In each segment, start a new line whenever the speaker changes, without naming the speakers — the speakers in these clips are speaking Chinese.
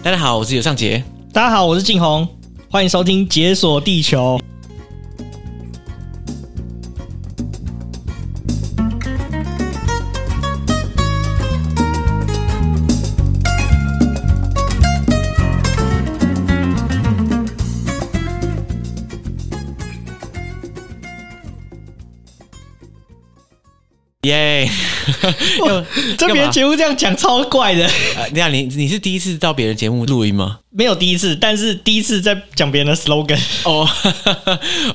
大家好，我是尤尚杰。
大家好，我是静红，欢迎收听《解锁地球》。
耶、
哇这
干
边
嘛
节目这样讲超怪的，
呃，那你你是呃第一次到别人节目录音吗？
没有第一次，但是第一次在讲别人的 slogan。
哦、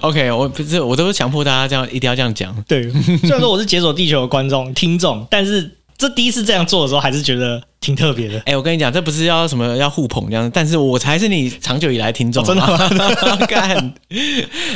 o k 我不是，我都是强迫大家这样，一定要这样讲。
对，虽然说我是《解锁地球》的观众听众，但是这第一次这样做的时候，还是觉得挺特别的。
哎、我跟你讲，这不是要什么要互捧这样，但是我才是你长久以来听众、
哦真的
吗？ 干！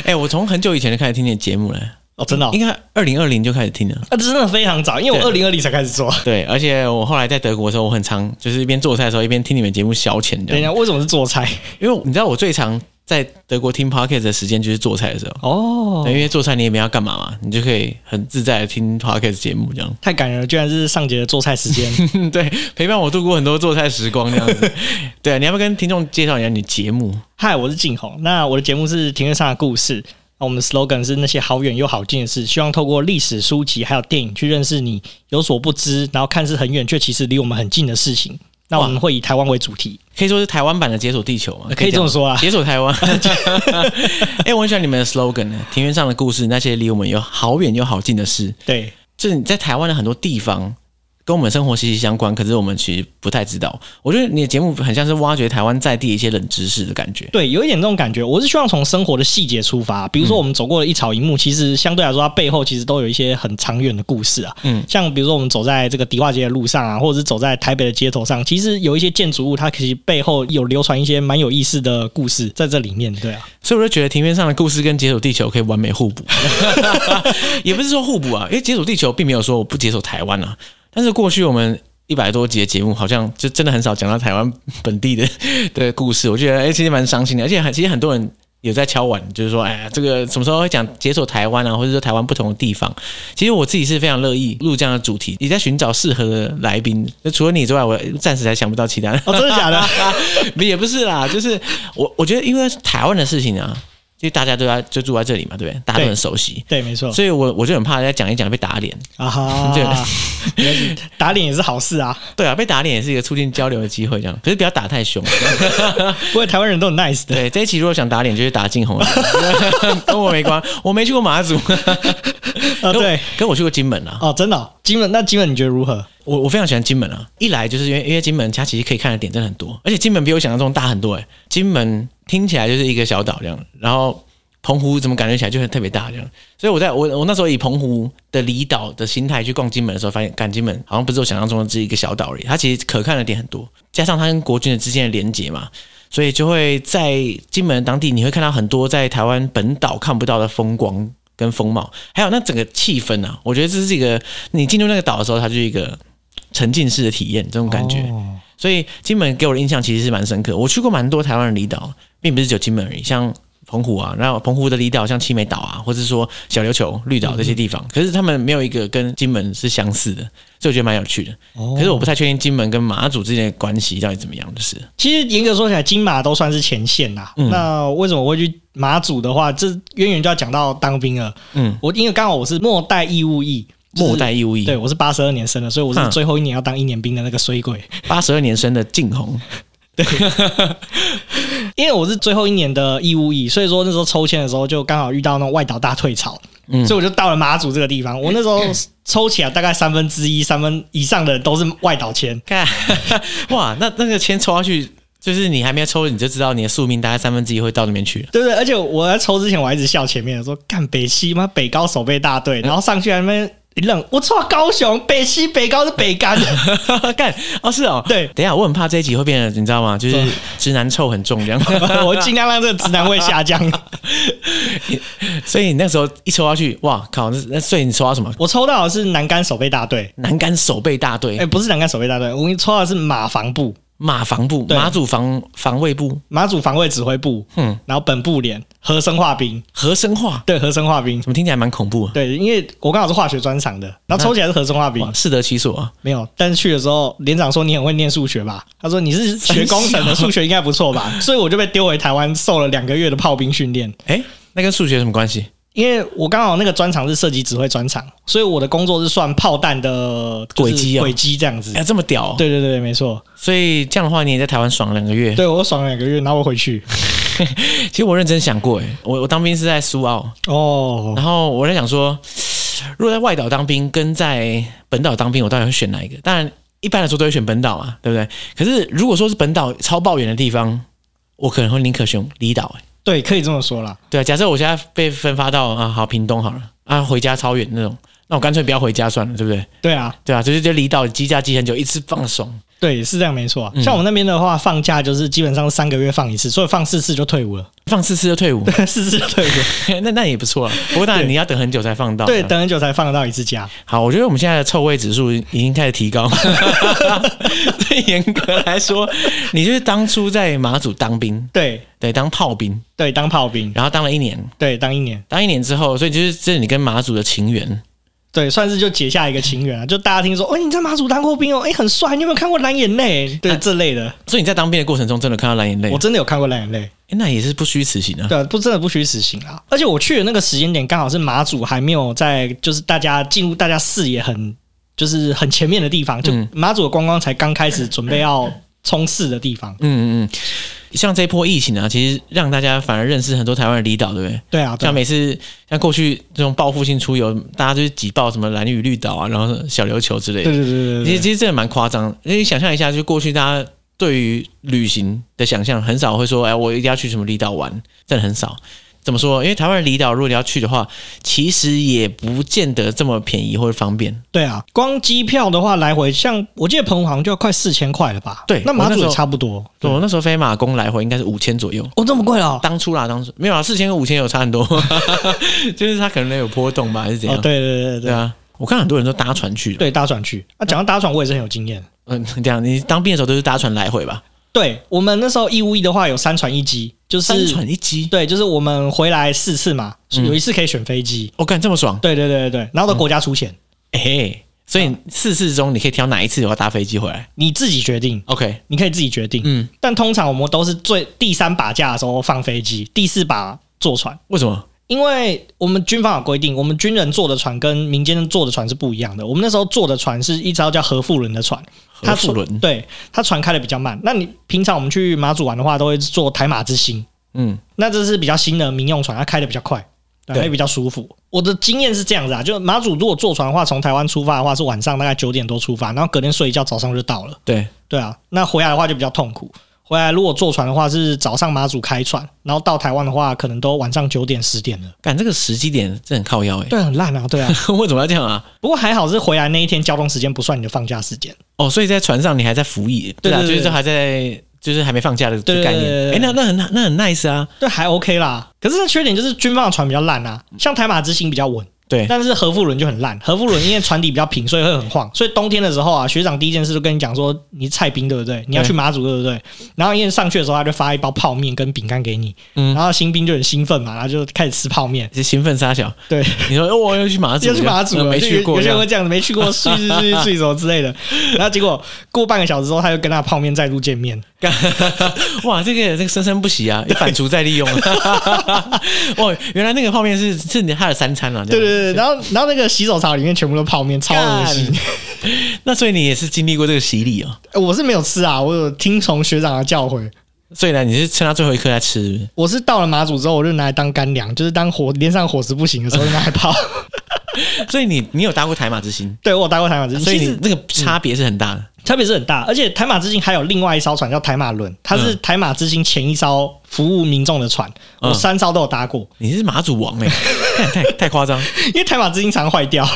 哎、我从很久以前就开始听你的节目了，
哦，真的、哦，
应该二零二零就开始听了。
啊，这真的非常早，因为我二零二零才开始做。
对，而且我后来在德国的时候，我很常就是一边做菜的时候一边听你们节目消遣
等
这
一
样。
下，为什么是做菜？
因为你知道我最常在德国听 podcast 的时间就是做菜的时候。
哦
对，因为做菜你也没要干嘛嘛，你就可以很自在的听 podcast 节目这样。
太感人了，居然是上节的做菜 时间。
对，陪伴我度过很多做菜时光这样 子。对，啊你要不要跟听众介绍一下你的节目？
嗨，我是景宏。那我的节目是庭院上的故事。那我们的 slogan 是那些好远又好近的事，希望透过历史书籍还有电影去认识你有所不知，然后看似很远却其实离我们很近的事情。那我们会以台湾为主题，
可以说是台湾版的《解锁地球》嘛？
可以 这么
样
说啊。
解锁台湾。哎、我很喜欢你们的 slogan 呢，庭院上的故事，那些离我们有好远又好近的事，
啊对，
就是你在台湾的很多地方。跟我们生活息息相关，可是我们其实不太知道。我觉得你的节目很像是挖掘台湾在地一些冷知识的感觉。
对，有一点这种感觉。我是希望从生活的细节出发，比如说我们走过的一草一木，其实相对来说，它背后其实都有一些很长远的故事啊。
嗯
嗯，像比如说我们走在这个迪化街的路上啊，或者是走在台北的街头上，其实有一些建筑物，它其实背后有流传一些蛮有意思的故事在这里面。对啊，
所以我就觉得庭院上的故事跟解锁地球可以完美互 补， 也不是说互补啊，因为解锁地球并没有说我不解锁台湾啊，但是过去我们。一百多集的节目，好像就真的很少讲到台湾本地的的故事，我觉得哎、其实蛮伤心的，而且很其实很多人也在敲碗，就是说，哎呀，这个什么时候会讲解锁台湾啊，或者说台湾不同的地方？其实我自己是非常乐意录这样的主题，也在寻找适合的来宾。那除了你之外，我暂时还想不到其他人。
哦，真的假的？
也不是啦，就是我我觉得因为台湾的事情啊，就大家都在就住在这里嘛，对不对？大家都很熟悉，
对，嗯没错
所以我我就很怕人家讲一讲被打脸。
啊哈
对，
没事打脸也是好事啊。
对啊，被打脸也是一个促进交流的机会，这样。可是不要打太凶。啊
不过台湾人都很 nice 的，
对，这一期如果想打脸，就是打进红， 跟我没关，我没去过马祖，
啊，对，
跟我去过金门啊。
哦，真的、哦，金门，那金门你觉得如何？
我我非常喜欢金门啊，一来就是因为因为金门它其实可以看的点真的很多，而且金门比我想象中大很多诶、欸金门听起来就是一个小岛这样，然后澎湖怎么感觉起来就很特别大这样，所以我在我我那时候以澎湖的离岛的心态去逛金门的时候，发现干金门好像不是我想象中的只是一个小岛而已，它其实可看的点很多，加上它跟国军的之间的连结嘛。所以就会在金门当地，你会看到很多在台湾本岛看不到的风光跟风貌，还有那整个气氛啊，我觉得这是一个你进入那个岛的时候，它就是一个沉浸式的体验，这种感觉。
哦
所以金门给我的印象其实是蛮深刻。我去过蛮多台湾的离岛，并不是只有金门而已，像澎湖啊，然后澎湖的离岛像七美岛啊，或者说小琉球、绿岛这些地方，可是他们没有一个跟金门是相似的，所以我觉得蛮有趣的。
哦
可是我不太确定金门跟马祖之间的关系到底怎么样，就是
其实严格说起来，金马都算是前线啦。
嗯
那为什么我会去马祖的话，这渊源就要讲到当兵了。
嗯，
我因为刚好我是末代义务役，就是
末代义务役，
对我是八十二年生的，所以我
哼
是最后一年要当一年兵的那个衰鬼。
八十二年生的静红，
因为我是最后一年的义务役，所以说那时候抽签的时候就刚好遇到那种外岛大退潮，
嗯
所以我就到了马祖这个地方。我那 时候抽起来大概三分之一、三分以上的都是外岛签。
看， 哇，那那个签抽下去，就是你还没有抽，你就知道你的宿命大概三分之一会到那边去了。
对不对？而且我在抽之前，我还一直笑前面的说：“干北西妈北高守备大队，然后上去还那边一愣，我操，高雄北西北高是北干，
干哦，是哦，
对
等一下，我很怕这一集会变得，你知道吗？就是
哦
直男臭很 重这样。
我尽量让这个直男味下降。
所以你那时候一抽下去，哇靠！那那所以你抽到什么？
我抽到的是南竿守备大队，
南竿守备大队、
哎哎，不是南竿守备大队，我给你抽到的是马防部。
马防部、
对
马祖防防卫部、
马祖防卫指挥部，
嗯，
然后本部连和生化兵，
核生化，
对，和生化兵，
怎么听起来蛮恐怖啊？
对，因为我刚好是化学专场的，然后抽起来是和生化兵
哇，，适得其所啊！
没有。但是去的时候，连长说你很会念数学吧？他说你是学工程的，数学应该不 错吧？所以我就被丢回台湾，受了两个月的炮兵训练。
哎，那跟数学有什么关系？
因为我刚好那个专场是射击指挥专场，所以我的工作是算炮弹的就是
轨迹哦
轨迹这样子
哎。呀，这么屌哦！哎
对对对，没错。
所以这样的话，你也在台湾爽了两个月。
对我爽了两个月，然后我回去。
其实我认真想过，哎，我我当兵是在苏澳，
哦，
然后我在想说，如果在外岛当兵跟在本岛当兵，我到底会选哪一个？当然，一般来说都会选本岛嘛，对不对？可是如果说是本岛超抱远的地方，我可能会宁可选离岛、欸。
对，可以这么说啦。
对啊，假设我现在被分发到啊，好屏东好了，啊，回家超远那种，那我干脆不要回家算了，对不对？
对啊，
对啊，就是就离岛机架机很久，一次放松。
对，是这样没错
嗯
啊、像我们那边的话，放假就是基本上三个月放一次，所以放四次就退伍了，
放四次就退伍，
四次就退伍了。
那那也不错啊。不过当然
对
你要等很久才放到。啊
对，等很久才放得到一次假。
好，我觉得我们现在的臭味指数已经开始提 高。对，严格来说，你就是当初在马祖当兵，
对
对，当炮兵，
对，当炮兵，
然后当了一年，
对，当一年，
当一年之后，所以就是这是你跟马祖的情缘。
对，算是就结下一个情缘啊。就大家听说，哦，你在马祖当过兵哦，哎、很帅，你有没有看过蓝眼泪？
哎
对、这类的，
所以你在当兵的过程中，真的看到蓝眼泪
我，真的有看过蓝眼泪。
诶那也是不虚此行啊。
对啊，不真的不虚此行啊。而且我去的那个时间点刚好是马祖还没有在，就是大家进入大家视野很就是很前面的地方，就
嗯
马祖的观光才刚开始准备要冲刺的地方。
嗯嗯嗯，像这波疫情啊，其实让大家反而认识很多台湾的离岛，对不对？
对啊，对
像
啊
每次像过去这种报复性出游，大家就是挤爆什么蓝屿绿岛啊，然后小琉球之类的
对。对对对
其
对
实
对，
其实真的蛮夸张的，因为你想象一下，就过去大家对于旅行的想象，很少会说，哎，我一定要去什么离岛玩，真的很少。怎么说？因为台湾的离岛，如果你要去的话，其实也不见得这么便宜或者方便。
对啊，光机票的话来回，像我记得澎湖好像就要快四千块了吧？
对
那马
我那时
祖也
候
差不多。
对我那时候飞马公来回应该是五千左右，
哦，这么贵哦？
当初啦，当初没有啊，四千跟五千有差很多， 就是它可能有波动吧，还是怎
哦，
样？
对对对对
对
对
啊，我看很多人都搭船去了。
对，搭船去。啊，讲到搭船，我也是很有经验。
嗯， 这样你当兵的时候都是搭船来回吧？
对我们那时候义乌一的话有三船一机，就
三
是
船一机，
对，就是我们回来四次嘛，
嗯
有一次可以选飞机。
我、哦干这么爽！
对对对对对，然后都国家出钱，
哎、所以
嗯
四次中你可以挑哪一次我要搭飞机回来
你自己决定，
？OK，
你可以自己决定。
嗯，
但通常我们都是最第三把架的时候放飞机，第四把坐船，
为什么？
因为我们军方有规定，我们军人坐的船跟民间坐的船是不一样的。我们那时候坐的船是一艘叫核富轮的船，它
核复
船
轮，
对它船开的比较慢。那你平常我们去马祖玩的话，都会坐台马之星，
嗯，
那这是比较新的民用船，它开的比较快，对，
对
它也比较舒服。我的经验是这样子啊，就马祖如果坐船的话，从台湾出发的话是晚上大概九点多出发，然后隔天睡一觉，早上就到了。
对，
对啊，那回来的话就比较痛苦。回来如果坐船的话是早上马祖开船，然后到台湾的话可能都晚上九点十点了。
干这个时机点真的很靠腰 哎、
对啊，很烂啊，对啊。
为什么要这样啊？
不过还好是回来那一天交通时间不算你的放假时间。
哦，所以在船上你还在服役，
对
啊，
对
就
对
是说还在，就是还没放假的
对对
概念
对对。
哎、
对
那那很那很 nice 啊，
对，还 OK 啦。可是那缺点就是军方的船比较烂啊，像台马之星比较稳，
对
但是核复轮就很烂。核复轮因为船底比较平，所以会很晃。所以冬天的时候啊，学长第一件事就跟你讲说，你菜兵对不对？你要去马祖对不对？然后因为上去的时候，他就发一包泡面跟饼干给你，
嗯
然后新兵就很兴奋嘛，然后就开始吃泡面。
是兴奋沙小。
对，
你说哦，我要去马祖，
要去马祖
这样
了
没
就
去过
有
这
些人
样，
会这样子，没去过，睡睡睡睡什么之类的。然后结果过半个小时之后，他又跟他泡面再度见面。
哇，这个这个生生不息啊，反刍再利用。啊 哇，原来那个泡面是是你他的三餐啊，这
对
样
对对，对然后然后那个洗手槽里面全部都泡面，超恶心。
那所以你也是经历过这个洗礼哦，
呃 我是没有吃啊，我有听从学长的教诲。
所以呢，你是趁他最后一刻来吃 是不是
我是到了马祖之后，我就拿来当干粮，就是当伙连上伙食不行的时候就拿来泡。
所以你你有搭过台马之星，
对我有搭过台马之星，
所以
其
你
实嗯
那个差别是很大的。
差别是很大。而且台马之星还有另外一艘船叫台马轮，它是台马之星前一艘服务民众的船，
嗯
我三艘都有搭过。
你是马祖王哎、欸，太太太夸张，
因为台马之星常坏 掉，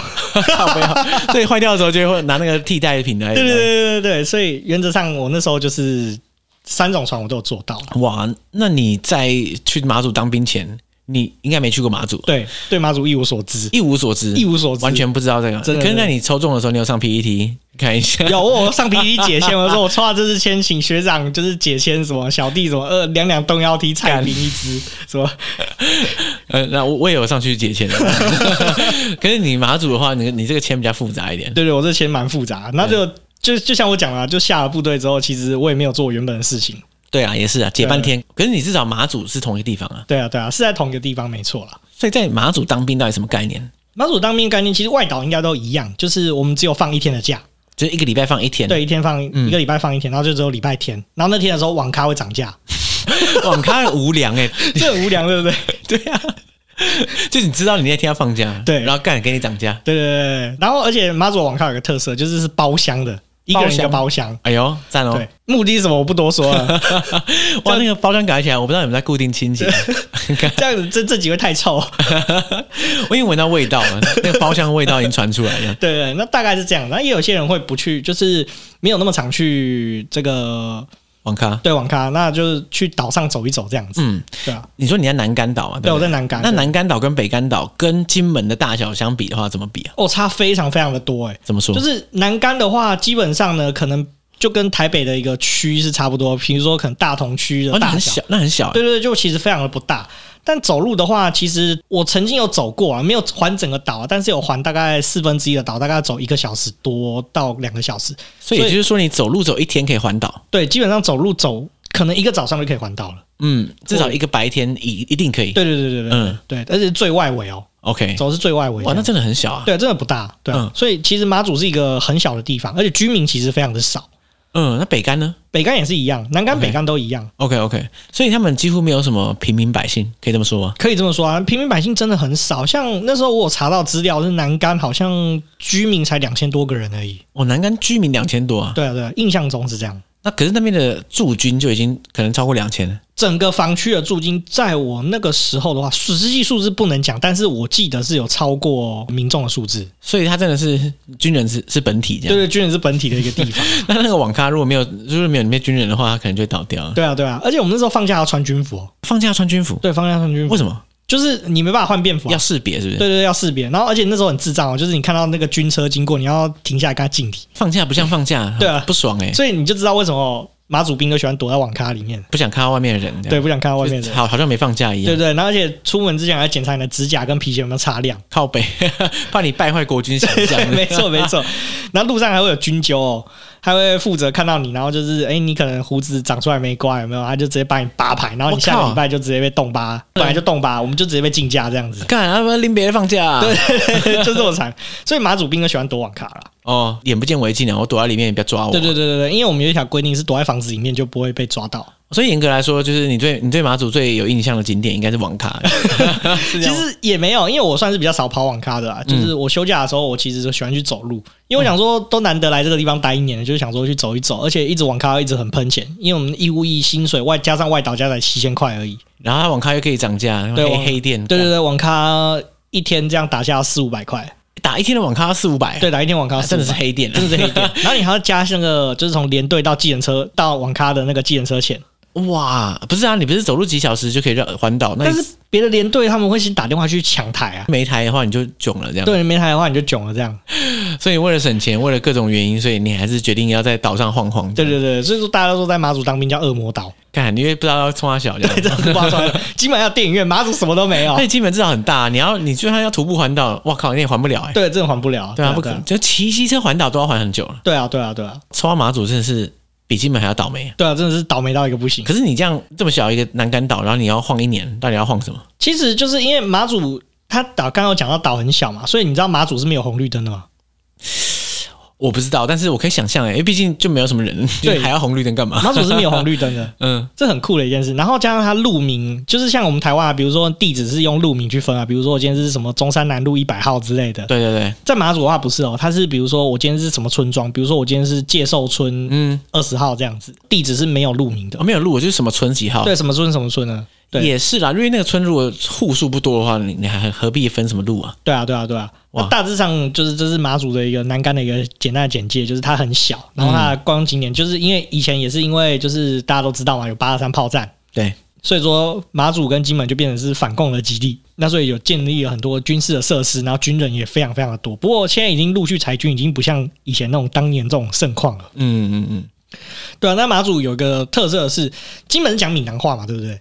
所以坏掉的时候就会拿那个替代品来。
对对对对对对，所以原则上我那时候就是三种船我都有做到。
哇，那你在去马祖当兵前，你应该没去过马祖，
对对，马祖一无所知，
一无所知，
一无所知，
完全不知道这个。
真的
可是那你抽中的时候，你有上 PET 看一下？
有我上 PPT 解签，我说我抽到这支签，请学长就是解签什么小弟什么呃两两动腰踢菜饼一只什么，
呃，那我我也有上去解 签的。可是你马祖的话，你你这个签比较复杂一点。
对对，我这签蛮复杂，那就就就像我讲了，就下了部队之后，其实我也没有做原本的事情，
对啊，也是啊，解半天。可是你至少马祖是同一个地方啊，
对啊对啊，是在同一个地方没错啦。
所以在马祖当兵到底什么概念？
马祖当兵概念其实外岛应该都一样，就是我们只有放一天的假，
就是一个礼拜放一天，
对，一天放一个礼拜放一天，然后就只有礼拜天，然后那天的时候网咖会涨价，
哇，你看无良哎、
这很无聊， 对不对？
对啊，就你知道你那天要放假，
对
然后干给你涨价，
对对对对，然后而且马祖网咖有个特色，就是是包厢的，一个人一个包厢。
哎呦，赞哦！
对，目的是什么我不多说了，
哇，那个包厢改起来，我不知道你们在固定清 洁，
这样子这这几位太臭。
我已经闻到味道了，那个包厢味道已经传出来了。
对对，那大概是这样。那也有些人会不去，就是没有那么常去这个
网咖，
对网咖，那就是去岛上走一走这样子。
嗯，
对啊，
你说你在南竿岛嘛？
对
不
我在南港，
那南竿岛跟北竿岛跟金门的大小相比的话，怎么比啊？
哦差非常非常的多哎、
怎么说？
就是南竿的话，基本上呢，可能就跟台北的一个区是差不多，比如说可能大同区
哦，
的
那
大
很
小，
小，那很小、
对对对，就其实非常的不大。但走路的话，其实我曾经有走过啊，没有环整个岛啊，但是有环大概四分之一的岛，大概走一个小时多到两个小时。
所以也就是说，你走路走一天可以环岛，
对，基本上走路走可能一个早上就可以环岛了。
嗯，至少一个白天一一定可以。
对对对对对，
嗯
对，而且最外围哦，
，OK，
走是最外围这
哇，
样。
那真的很小啊。
对，真的不大，对啊、
嗯
所以其实马祖是一个很小的地方，而且居民其实非常的少。
嗯，那北竿呢
北干也是一样，南干
OK
北干都一样。
？OK OK，所以他们几乎没有什么平民百姓，可以这么说吗？
可以这么说啊，平民百姓真的很少。像那时候我有查到资料，是南干好像居民才两千多个人而已。
哦，南竿居民两千多啊，
对啊，对啊，印象中是这样。
那可是那边的驻军就已经可能超过两千了。
整个防区的驻金，在我那个时候的话，实际数字不能讲，但是我记得是有超过民众的数字。
所以他真的是军人是是本体这
对
样。
对，军人是本体的一个地方。
那那个网咖如果没有如果没有里面军人的话，他可能就会倒掉了。
对啊，对啊，而且我们那时候放假要穿军服、哦，
放假穿军服，
对，放假穿军服
为，什么
就是你没办法换便服、
要
啊。
识别？是不是？
对对对，要识别。然后，而且那时候很智障哦，就是你看到那个军车经过，你要停下来跟他敬礼，
放假不像放假，
对啊
不爽哎、
所以你就知道为什么马祖兵都喜欢躲在网咖里面，
不想看到外面的人这
对，
样，
不想看到外
就
面的
是啊
人，
好好像没放假一
对
样。
对。然后，而且出门之前还要检查你的指甲跟皮鞋有没有 擦亮。
靠北，怕你败坏国军形象。
对，没错没错。然后路上还会有军纠哦，他会负责看到你，然后就是，哎、你可能胡子长出来没刮，有没有？啊他就直接把你扒牌，然后你下
我
个
靠，
礼拜就直接被冻疤，本来就冻疤，我们就直接被禁驾这样子
干，要不要拎别人放假、啊？对，
就这么惨。所以马祖兵都喜欢躲网咖啦。
哦，眼不见为净啊！我躲在里面，也不要抓我。
对对对对对，因为我们有一条规定是躲在房子里面就不会被抓到。
所以严格来说，就是你对你对马祖最有印象的景点应该是网 咖。其
其实也没有，因为我算是比较少跑网咖的啦。就是我休假的时候，我其实就喜欢去走路，因为我想说都难得来这个地方待一年了，就是想说去走一走，而且一直网咖一直很喷钱，因为我们义务役薪水外加上外岛加起来七千块而已。
然后它网咖又可以涨价，
对
黑
网
黑店，
嗯对对对，网咖一天这样打下四五百块，
打一天的网咖四五百，
对，打一天网咖
啊真的是
400
黑店，
哎 真的是黑点。然后你还要加那个，就是从连队到计程车到网咖的那个计程车钱，
哇！不是啊，你不是走路几小时就可以绕环岛？那
但
你
是别的连队他们会先打电话去抢台啊。
没台的话你就囧了这样。
对，没台的话你就囧了这样。
所以为了省钱，为了各种原因，所以你还是决定要在岛上晃晃。
对，对对，所以说大家都说在马祖当兵叫恶魔岛。
看你也不知道要冲他小这 样。
真的不夸张，基本上电影院马祖什么都没有
那，你基本至少很大，你要你就算要徒步环岛，哇靠，你也环不了哎、
对，真的还不了，
对啊，不可能，就骑机车环岛都要环很久了。
对啊，对啊，对啊，
抽到马祖真的是比金门还要倒霉。
对啊，真的是倒霉到一个不行。
可是你这样这么小一个南竿岛，然后你要晃一年，到底要晃什么？
其实就是因为马祖它岛刚刚有讲到岛很小嘛，所以你知道马祖是没有红绿灯 的嘛？
我不知道，但是我可以想象哎、因为毕竟就没有什么人，
对
就还要红绿灯干嘛？，
马祖是没有红绿灯的
嗯，
这很酷的一件事。然后加上它路名，就是像我们台湾啊，比如说地址是用路名去分啊，比如说我今天是什么中山南路一百号之类的。
对对对，
在马祖的话不是哦，它是比如说我今天是什么村庄，比如说我今天是介寿村
嗯，
二十号这样子，地址是没有路名的
我。哦没有录，我就是什么村几号。
对，什么村什么村呢？对，
也是啦，因为那个村如果户数不多的话，你你还何必分什么路啊？
对啊，对啊，对啊。
哇
那大致上就是这是马祖的一个南竿的一个简单的简介，就是它很小，然后它的观光景点就是因为以前也是因为就是大家都知道嘛，有八二三炮战，
对，
所以说马祖跟金门就变成是反共的基地。那所以有建立了很多军事的设施，然后军人也非常非常的多。不过现在已经陆续裁军，已经不像以前那种当年这种盛况了。
嗯嗯嗯，
对啊，那马祖有一个特色是金门讲闽南话嘛，对不对？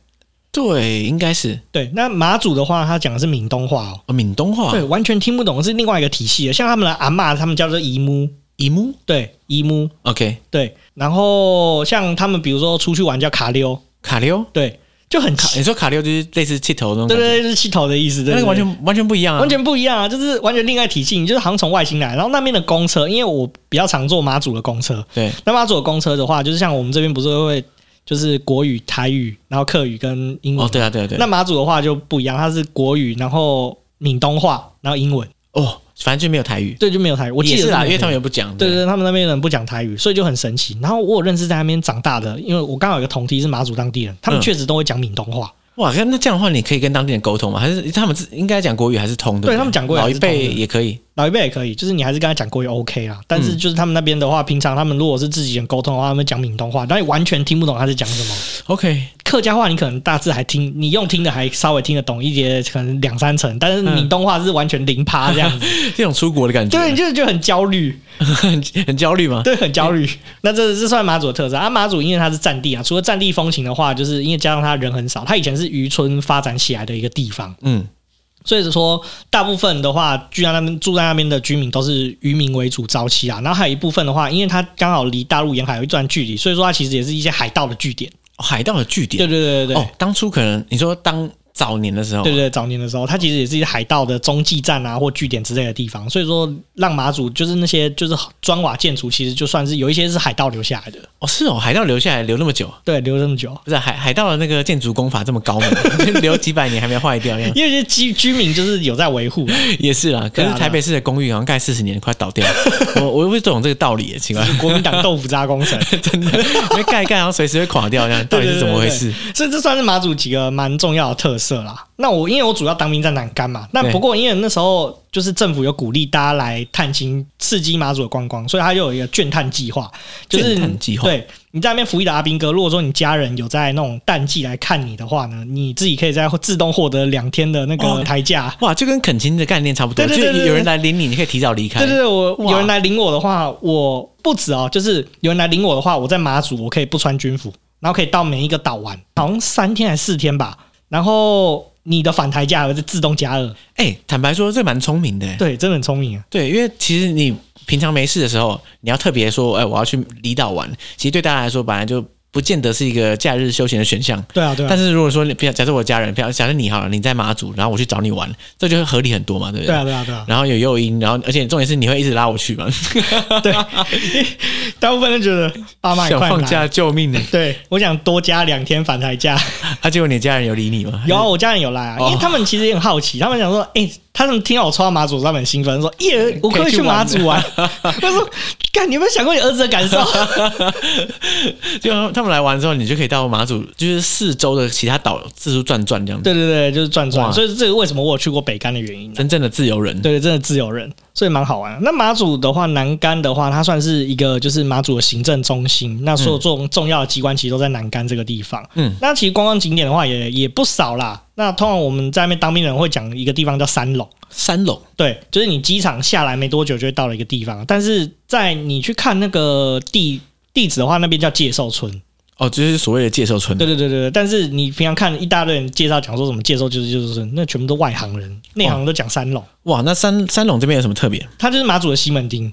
对，应该是
对，那马祖的话，他讲的是闽东话哦。
哦，闽东话
对，，完全听不懂是另外一个体系的，像他们的阿嬷，他们叫做姨母，
姨母
对，姨母，
，OK，
对。然后像他们比如说出去玩叫卡溜，
卡溜，
对，就很奇
卡，你说卡溜就是类似气头那种
对
感觉，
对对，就是气头的意思，对
那个
对对
完全完全不一样啊，
完全不一样啊，就是完全另外体系，你就是好像从外星来。然后那边的公车，因为我比较常坐马祖的公车，
对，
那马祖的公车的话，就是像我们这边不是会就是国语、台语，然后客语跟英文。
哦，对啊，对啊，对
那
啊，
马祖的话就不一样，它是国语，然后闽东话，然后英文，
哦，反正就没有台语，
对，就没有台语。我记
也
得
是啊啦，
没
因
有
为他
台语
们也不讲，
对对，对他们那边人不讲台语，所以就很神奇。然后我有认识在那边长大的，因为我刚好有个同梯是马祖当地人，他们
嗯
确实都会讲闽东话。
哇，那那这样的话，你可以跟当地人沟通嘛？还是他们自应该讲国语还是通的？
对他们讲国语
老
还
一
是通的
辈也可以。
老一辈也可以，就是你还是跟他讲国语 OK 啦。但
嗯
是就是他们那边的话，平常他们如果是自己人沟通的话，他们讲闽东话，但你完全听不懂他在讲什么。
OK，
客家话你可能大致还听，你用听的还稍微听得懂一些，可能两三成，但是
嗯
闽东话是完全零趴 这样子，
这种出国的感觉，
对，你就就很焦虑，
很很焦 虑吗？
对，很焦虑。那这这算马祖的特色啊。马祖因为它是战地啊，除了战地风情的话，就是因为加上它人很少，它以前是渔村发展起来的一个地方，
嗯，
所以说大部分的话，居然那边住在那边的居民都是渔民为主早期啊。然后还有一部分的话，因为它刚好离大陆沿海有一段距离，所以说它其实也是一些海盗的据点。
哦海盗的据
对
点。
对对对对。
哦，当初可能你说当早年的时候，啊
对对对，早年的时候，它其实也是一些海盗的中继站啊，或据点之类的地方，所以说让马祖就是那些就是砖瓦建筑，其实就算是有一些是海盗留下来的，
哦是哦，海盗留下来留那么久，
对，留这么久。
不是海海盗的那个建筑工法这么高吗？就 留几百年还没坏 掉，这样
因为这居居民就是有在维护啊，
也是啦。可
对
是
啊
台北市的公寓好像盖四十年快倒 掉了，我我又不懂这个道理耶，奇怪
就，是国民党豆腐渣工程，
真 的，因为盖一盖然后随时会垮掉，这样到底是怎么回事？
所以这算是马祖几个蛮重要的特色啦。那我因为我主要当兵在南干嘛，那
对
不过因为那时候就是政府有鼓励大家来探亲，刺激马祖的观光，所以他就有一个倦探计划，就是
倦探计划
对你在那边服役的阿兵哥，如果说你家人有在那种淡季来看你的话呢，你自己可以在自动获得两天的那
哦
个台假。
哇，就跟恳亲的概念差不多，就
对对对对
是有人来领你，你可以提早离开。
对对对，我
哇
有人来领我的话，我不止哦，就是有人来领我的话，我在马祖我可以不穿军服，然后可以到每一个岛玩，好像三天还是四天吧。然后你的返台价还会自动加二，
哎、坦白说，这蛮聪明的、欸。
对，真的很聪明啊。
对，因为其实你平常没事的时候，你要特别说，哎、我要去离岛玩，其实对大家来说，本来就不见得是一个假日休闲的选项。
对啊，对啊
但，是如果说你，比如假设我家人，比如假设你好了，你在马祖，然后我去找你玩，这就会合理很多嘛，对不
对
对？
啊，对啊，对啊。
然后有诱因，然后而且重点是你会一直拉我去嘛，
啊大部分人觉得爸妈也
想
快
放
来，
假救命呢、
对我想多加两天返台假。
啊，结果你家人有理你吗？
有啊，我家人有来啊，因为
哦
他们其实也很好奇，他们想说，哎、他们听到我抽到马祖，他们很兴奋，说，耶，我可以去马祖玩。 我说，干，你有没有想过你儿子的感受？
就他们来玩之后，你就可以到马祖，就是四周的其他岛四处转转这样子，
对对对，就是转
哇
转，所以这个为什么我有去过北干的原因呢？
真正的自由人。
对，真的自由人，所以蛮好玩的。那马祖的话，南干的话，它算是一个就是马祖的行政中心，那所有重重要的机关其实都在南干这个地方。
嗯，
那其实观光景点的话也也不少啦。那通常我们在那边当兵的人会讲一个地方叫三龙，
三楼
对，就是你机场下来没多久就会到了一个地方，但是在你去看那个地地址的话，那边叫介寿村。
哦，就是所谓的介寿村。
对对对对，对但是你平常看一大堆人介绍讲说什么介绍就是就是，那全部都外行人，内行人都讲三龙，
哇，那三三龙这边有什么特别？
它就是马祖的西 门町。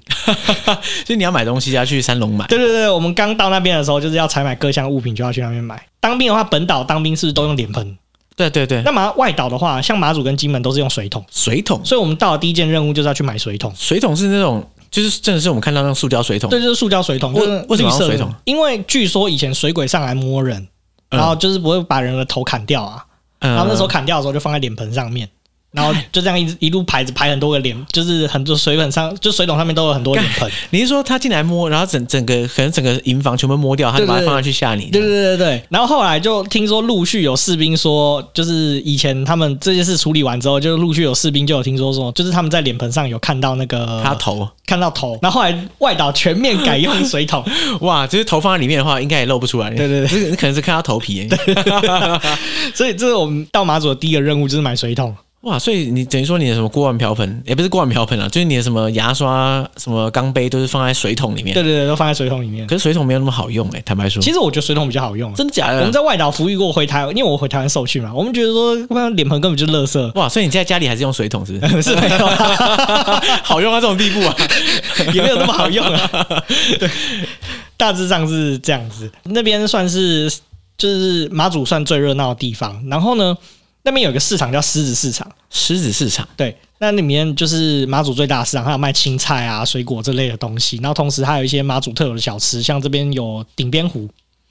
就是你要买东西啊要去三龙买。
对对对，我们刚到那边的时候，就是要采买各项物品就要去那边买。当兵的话，本岛当兵是不是都用脸盆？
对对对，
那马外岛的话，像马祖跟金门都是用水桶，
水桶，
所以我们到的第一件任务就是要去买水桶。
水桶是那种，就是真的是我们看到那种塑胶水桶。
对，就是塑胶水桶，
为
就是
为什么要
绿色的
水桶？
因为据说以前水鬼上来摸人，
嗯
然后就是不会把人的头砍掉啊，
嗯
然后那时候砍掉的时候就放在脸盆上面。然后就这样一直一路排着排很多个脸，就是很多水盆上，就水桶上面都有很多脸盆。
你是说他进来摸，然后整整个可能整个营房全部摸掉，他就把它放下去吓你？
对对对对对。然后后来就听说陆续有士兵说，就是以前他们这件事处理完之后，就是陆续有士兵就有听说说，就是他们在脸盆上有看到那个
他头，
看到头，然后后来外岛全面改用水 桶。
哇，就是头放在里面的话，应该也露不出来。
对对对
对，你可能是看他头皮耶。
所以这是我们到马祖的第一个任务，就是买水桶。
哇，所以你等于说你的什么锅碗瓢盆，也不是锅碗瓢盆啊，就是你的什么牙刷、什么钢杯，都是放在水桶里面
对。对对，都放在水桶里面。
可是水桶没有那么好用哎、坦白说，
其实我觉得水桶比较好用。啊
真的假
我
的
们？在外岛服役过，回台，因为我回台湾受训嘛，我们觉得说，不然脸盆根本就是垃圾。
哇，所以你在家里还是用水桶是 不是？
是没有啦，
好用到这种地步啊！
也没有那么好用啊。对，大致上是这样子。那边算是就是马祖算最热闹的地方。然后呢，那边有个市场叫狮子市场，
狮子市场
对，那里面就是马祖最大的市场，它有卖青菜啊、水果这类的东西。然后同时还有一些马祖特有的小吃，像这边有顶边糊，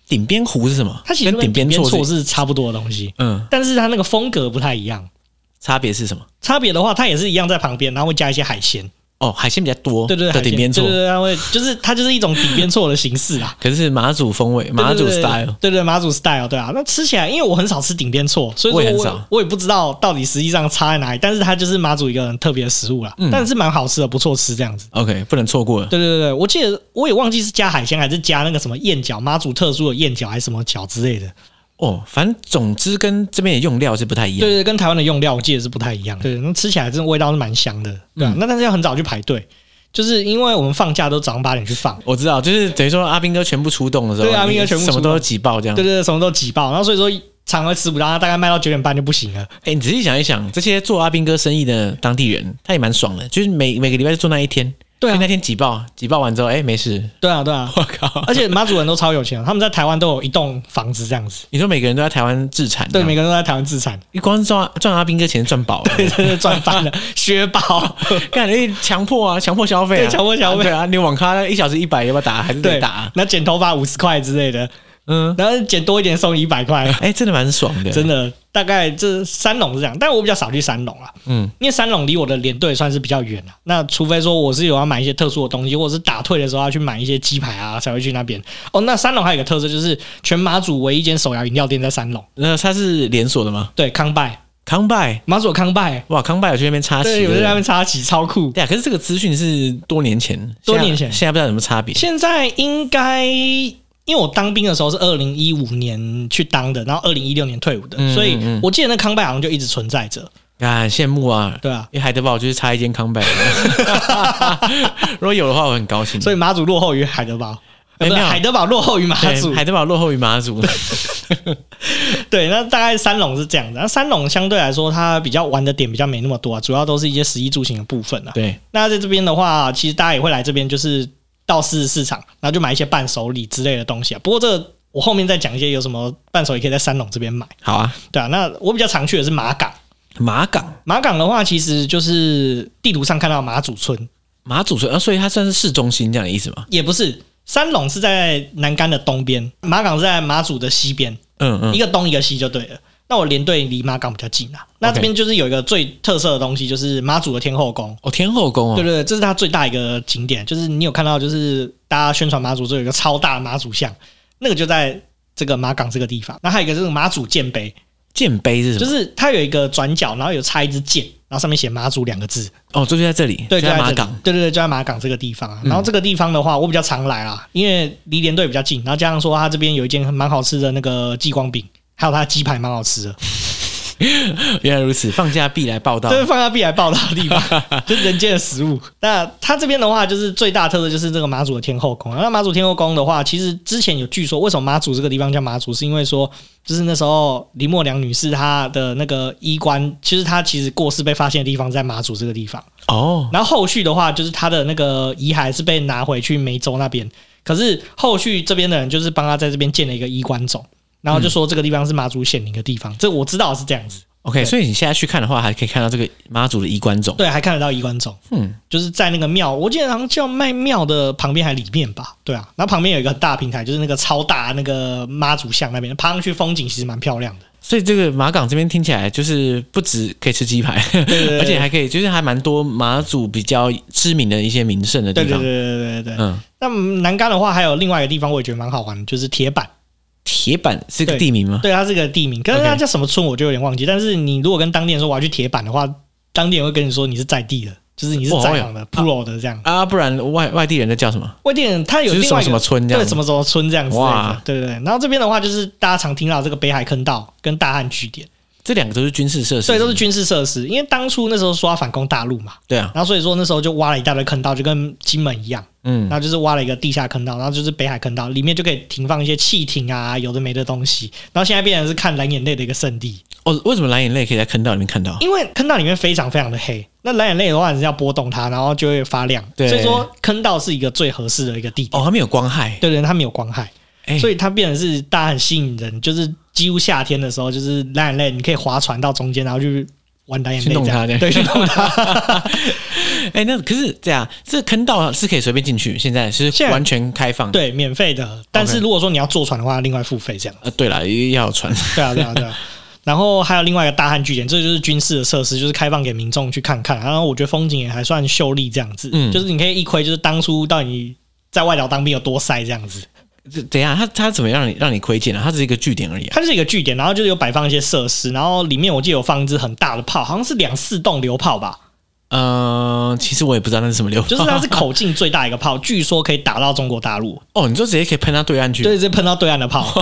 顶边糊是什么？
它其实
跟
跟顶
边
边
错
错是差不多的东西，
嗯，
但是它那个风格不太一样。
差别是什么？
差别的话，它也是一样在旁边，然后会加一些海鲜。
哦，海鲜比较多，
对对对，
的
海鲜
顶边错
对，对对，它会就是它就是一种顶边错的形式啦。
可是是马祖风味，马祖 style。
对对对对马祖 style，对啊。那吃起来，因为我很少吃顶边错，所以
我也
说
很
我也
少
我也不知道到底实际上差在哪里，但是它就是马祖一个很特别的食物啦，
嗯
但是蛮好吃的，不错吃这样子。
OK，不能错过了。
对对对，我记得我也忘记是加海鲜还是加那个什么燕饺，妈祖特殊的燕饺还是什么饺之类的。
哦，反正总之跟这边的用料是不太一
对
样。
对，跟台湾的用料我记得是不太一样的。对，那吃起来真的味道是蛮香的。对、啊，那但是要很早去排队，就是因为我们放假都早上八点去放。
我知道，就是等于说阿兵哥全部出动的时候，
对阿兵哥全部
你什么
出动
都挤爆这样
对。对对，什么都挤爆，然后所以说常而吃不到，大概卖到九点半就不行了。
哎、你仔细想一想，这些做阿兵哥生意的当地人，他也蛮爽的，就是每每个礼拜就做那一天，
对啊
就那天挤爆，挤爆完之后，哎、没事。
对啊，对啊。
我靠！
而且马祖人都超有钱，啊他们在台湾都有一栋房子这样子，
你说每个人都在台湾自产，
对，每个人都在台湾自产，
你光是赚赚阿兵哥钱赚饱了，
对对对，赚翻 了，血宝。
干人强迫啊，强迫消费、啊，
对强迫消费
啊对啊，你网咖一小时一百要不要打？还是得
对
打、啊？
那剪头发五十块之类的，
嗯，
然后剪多一点送你一百块，
哎、真的蛮爽的，
真的。大概这三龙是这样，但我比较少去三龙啊，
嗯，
因为三龙离我的连队算是比较远啊。那除非说我是有要买一些特殊的东西，或者是打退的时候要去买一些鸡排啊，才会去那边。哦，那三龙还有一个特色就是全马祖唯一一间手摇饮料店在三龙，
那它是连锁的吗？
对康拜
康拜，
马祖康拜，
哇，康拜有去那边插旗，
对，
对
有
不
人
对
在那边插旗，超酷。
对啊，可是这个资讯是多年前，现
多
在
年前
现在不知道有什么差别。
现在应该，因为我当兵的时候是二零一五年去当的，然后二零一六年退伍的，
嗯
所以
嗯嗯
我记得那康拜好像就一直存在着，
啊，羡慕啊！
对啊。
因为海德堡就是差一间康 拜，如果有的话，我很高兴。
所以马祖落后于海德堡，
哎
呃不
没
是
有
海德堡落后于马
对
祖。
海德堡落后于马祖，
对，那大概三龙是这样子。那三龙相对来说，它比较玩的点比较没那么多啊，主要都是一些食衣住行的部分啊。
对，
那在这边的话，其实大家也会来这边，就是到市市场，然后就买一些伴手礼之类的东西啊。不过这个我后面再讲一些有什么伴手礼可以在三龙这边买，
好啊。
对啊。那我比较常去的是马港。
马港
马港的话，其实就是地图上看到马祖村，
马祖村，啊，所以它算是市中心这样的意思吗？
也不是三龙是在南竿的东边，马港是在马祖的西边，
嗯嗯
一，个东一个西就对了。那我连队离马港比较近啊。那
OK
这边就是有一个最特色的东西，就是马祖的天后宫。
哦，天后宫哦，
对对对，这是它最大一个景点，就是你有看到，就是大家宣传马祖，这有一个超大的马祖像，那个就在这个马港这个地方。那还有一个就是马祖剑碑，
剑碑是什么？
就是它有一个转角，然后有插一支剑，然后上面写马祖两个字。
哦，就就在这里，
对，
就
就
在
在
马
这里
港。，
对对对，就在马港这个地方
嗯
啊。然后这个地方的话，我比较常来啦，因为离连队比较近，然后加上说它这边有一间蛮好吃的那个激光饼，还有它的鸡排蛮好吃的，
原来如此，放假必来报道
这。是放下必来报道的地方，就是人间的食物。那它这边的话，就是最大特色就是这个马祖的天后宫啊。那马祖天后宫的话，其实之前有据说，为什么马祖这个地方叫马祖，是因为说就是那时候林默娘女士她的那个衣冠，其实她其实过世被发现的地方在马祖这个地方。
哦，
然后后续的话，就是他的那个遗骸是被拿回去梅州那边，可是后续这边的人就是帮他在这边建了一个衣冠冢，然后就说这个地方是马祖显灵的地方，这我知道是这样子。
OK，
对
所以你现在去看的话，还可以看到这个妈祖的衣冠冢。
对，还看得到衣冠冢，
嗯，
就是在那个庙，我记得好像叫卖庙的旁边还里面吧，对啊，然后旁边有一个很大的平台，就是那个超大那个妈祖像那边，爬上去风景其实蛮漂亮的。
所以这个马港这边听起来就是不止可以吃鸡排，
对对
而且还可以，就是还蛮多马祖比较知名的一些名胜的地
对对对
方。
对对对对。
嗯，
那南竿的话，还有另外一个地方我也觉得蛮好玩的，就是铁板。
铁板是个
对
地名吗？
对，它是个地名，可是
OK
它叫什么村我就有点忘记。但是你如果跟当地人说我要去铁板的话，当地人会跟你说你是在地的，就是你是在行的、pro 的这样。
哦啊，不然外外地人都叫什么？
外地人他
就
有
是
另
什
外
么
一
什
个
么村这样
对
子？
什么什么村这样之类的
哇，
对对对。然后这边的话就是大家常听到这个北海坑道跟大汉据点，
这两个都是军事设施，
所以都是军事设施。因为当初那时候说要反攻大陆嘛，
对啊，
然后所以说那时候就挖了一大堆坑道，就跟金门一样，
嗯
然，后就是挖了一个地下坑道，然后就是北海坑道，里面就可以停放一些汽艇啊，有的没的东西。然后现在变成是看蓝眼泪的一个圣地。
哦，为什么蓝眼泪可以在坑道里面看到？
因为坑道里面非常非常的黑，那蓝眼泪的话，你是要波动它，然后就会发亮。所
对
以说坑道是一个最合适的一个地点。
哦，它没有光害，
对对，它没有光害，
哎
所以它变成是大家很吸引人，就是几乎夏天的时候，就是蓝眼泪你可以划船到中间，然后去玩蓝眼
去
泪
弄
这样，
它这样
对， 去弄它。
哎，那可是这样，这坑道是可以随便进去，现在是
现在
完全开放。，
对，免费的。但是
OK
如果说你要坐船的话，另外付费这样。
呃，对了，要有船，
对啊，对啊，对啊。然后还有另外一个大汉据点，这就是军事的设施，就是开放给民众去看看。然后我觉得风景也还算秀丽，这样子，
嗯
就是你可以一窥，就是当初到底在外岛当兵有多晒这样子。
这怎样？它它怎么样让你让你窥见啊？它只是一个据点而已啊。
它就是一个据点，然后就是有摆放一些设施，然后里面我记得有放一支很大的炮，好像是两四栋榴炮吧，
嗯，其实我也不知道那是什么流，
就是它 是口径最大一个炮，据说可以打到中国大陆，
哦，你就直接可以喷到对岸去，
就是直接喷到对岸的炮。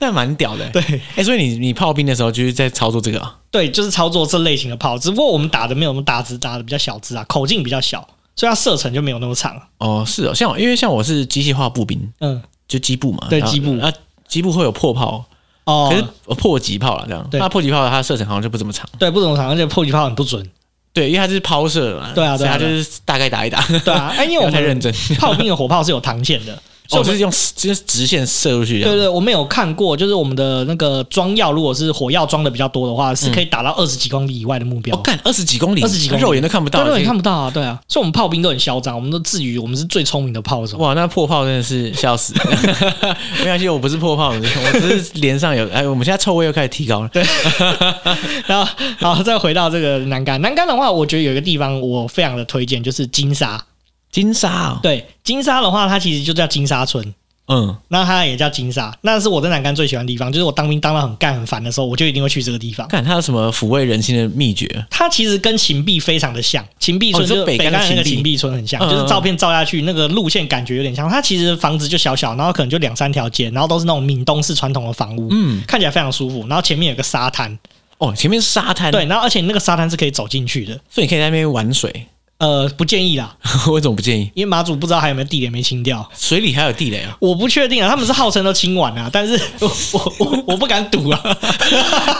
那蛮屌的。
对
哎，所以你你炮兵的时候就是在操作这个啊，
对，就是操作这类型的炮，只不过我们打的没有那么大支，打的比较小支啊，口径比较小，所以它射程就没有那么长。
哦，是哦，像我因为像我是机械化步兵，
嗯，
就机步嘛，
对
然后
机步
啊，机步会有破炮，
哦，
可是呃破击炮了这样，
对
那破击炮它射程好像就不怎么长，
对，不怎么长，而且迫击炮很不准。
对，因为它是抛射的嘛，
对啊
所
对
以
啊
它就
对
是大概打一打，
对啊，哎，因
不
为我
要 太
们
认真，
炮兵的火炮是有膛线 的，所
哦，
以我
就
们
是用就是直线射出去这
对
样，
对，我们有看过，就是我们的那个装药，如果是火药装的比较多的
嗯
话，是可以打到二十几公里以外的目标
我。哦干二十几公里，
20几公里
肉眼都看不到，
对对，你
这
看
个
不到啊，对啊，所以我们炮兵都很嚣张，我们都自诩我们是最聪明的炮手。
哇，那破炮真的是笑 死！没关系，我不是破炮，我只是脸上有哎，我们现在臭味又开始提高了。对，
然后，然后再回到这个南竿，南竿的话，我觉得有一个地方我非常的推荐，就是金沙。
金沙哦，
对，金沙的话，它其实就叫金沙村，
嗯，
那它也叫金沙，那是我在南竿最喜欢的地方，就是我当兵当到很干很烦的时候，我就一定会去这个地方。
看它有什么抚慰人心的秘诀？
它其实跟秦壁非常的像，秦壁
哦
村
你说
就是
北
干
干
的那个
秦壁
秦壁村很像，
嗯
就是照片照下去那个路线感觉有点像。它其实房子就小小，然后可能就两三条街，然后都是那种闽东式传统的房屋，
嗯，
看起来非常舒服。然后前面有个沙滩，
哦，前面是沙滩，
对，，然后而且那个沙滩是可以走进去的。
所以你可以在那边玩水。
呃，不建议啦，
我怎么不建议？
因为马祖不知道还有没有地点没清掉，
水里还有地雷啊！
我不确定啊。他们是号称都清完了、啊但是 我我我我不敢 赌啊。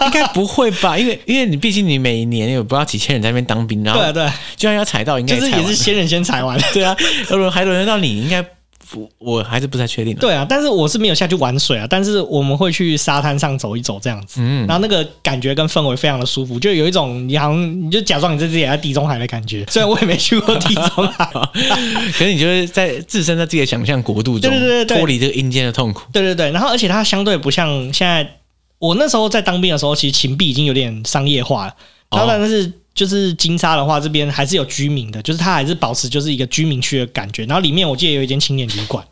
应该不会吧？因为因为你毕竟你每年有不知道几千人在那边当兵，然
对
后
啊对啊，
就算要踩到，应该
就是
踩
也
完
是
了。
先人先踩完。
对啊，轮还轮得到你，应该不，我还是不太确定的。
对啊，但是我是没有下去玩水啊，但是我们会去沙滩上走一走这样子，
嗯
然后那个感觉跟氛围非常的舒服，就有一种你好像你就假装你自己也在地中海的感觉，虽然我也没去过地中海。
可是你就是在置身在自己的想象国度中，
对对对对
脱离这个阴间的痛苦。
对对对，然后而且它相对不像现在，我那时候在当兵的时候，其实秦壁已经有点商业化了，
哦
当然但是。就是金沙的话，这边还是有居民的，就是它还是保持就是一个居民区的感觉。然后里面我记得有一间青年旅馆，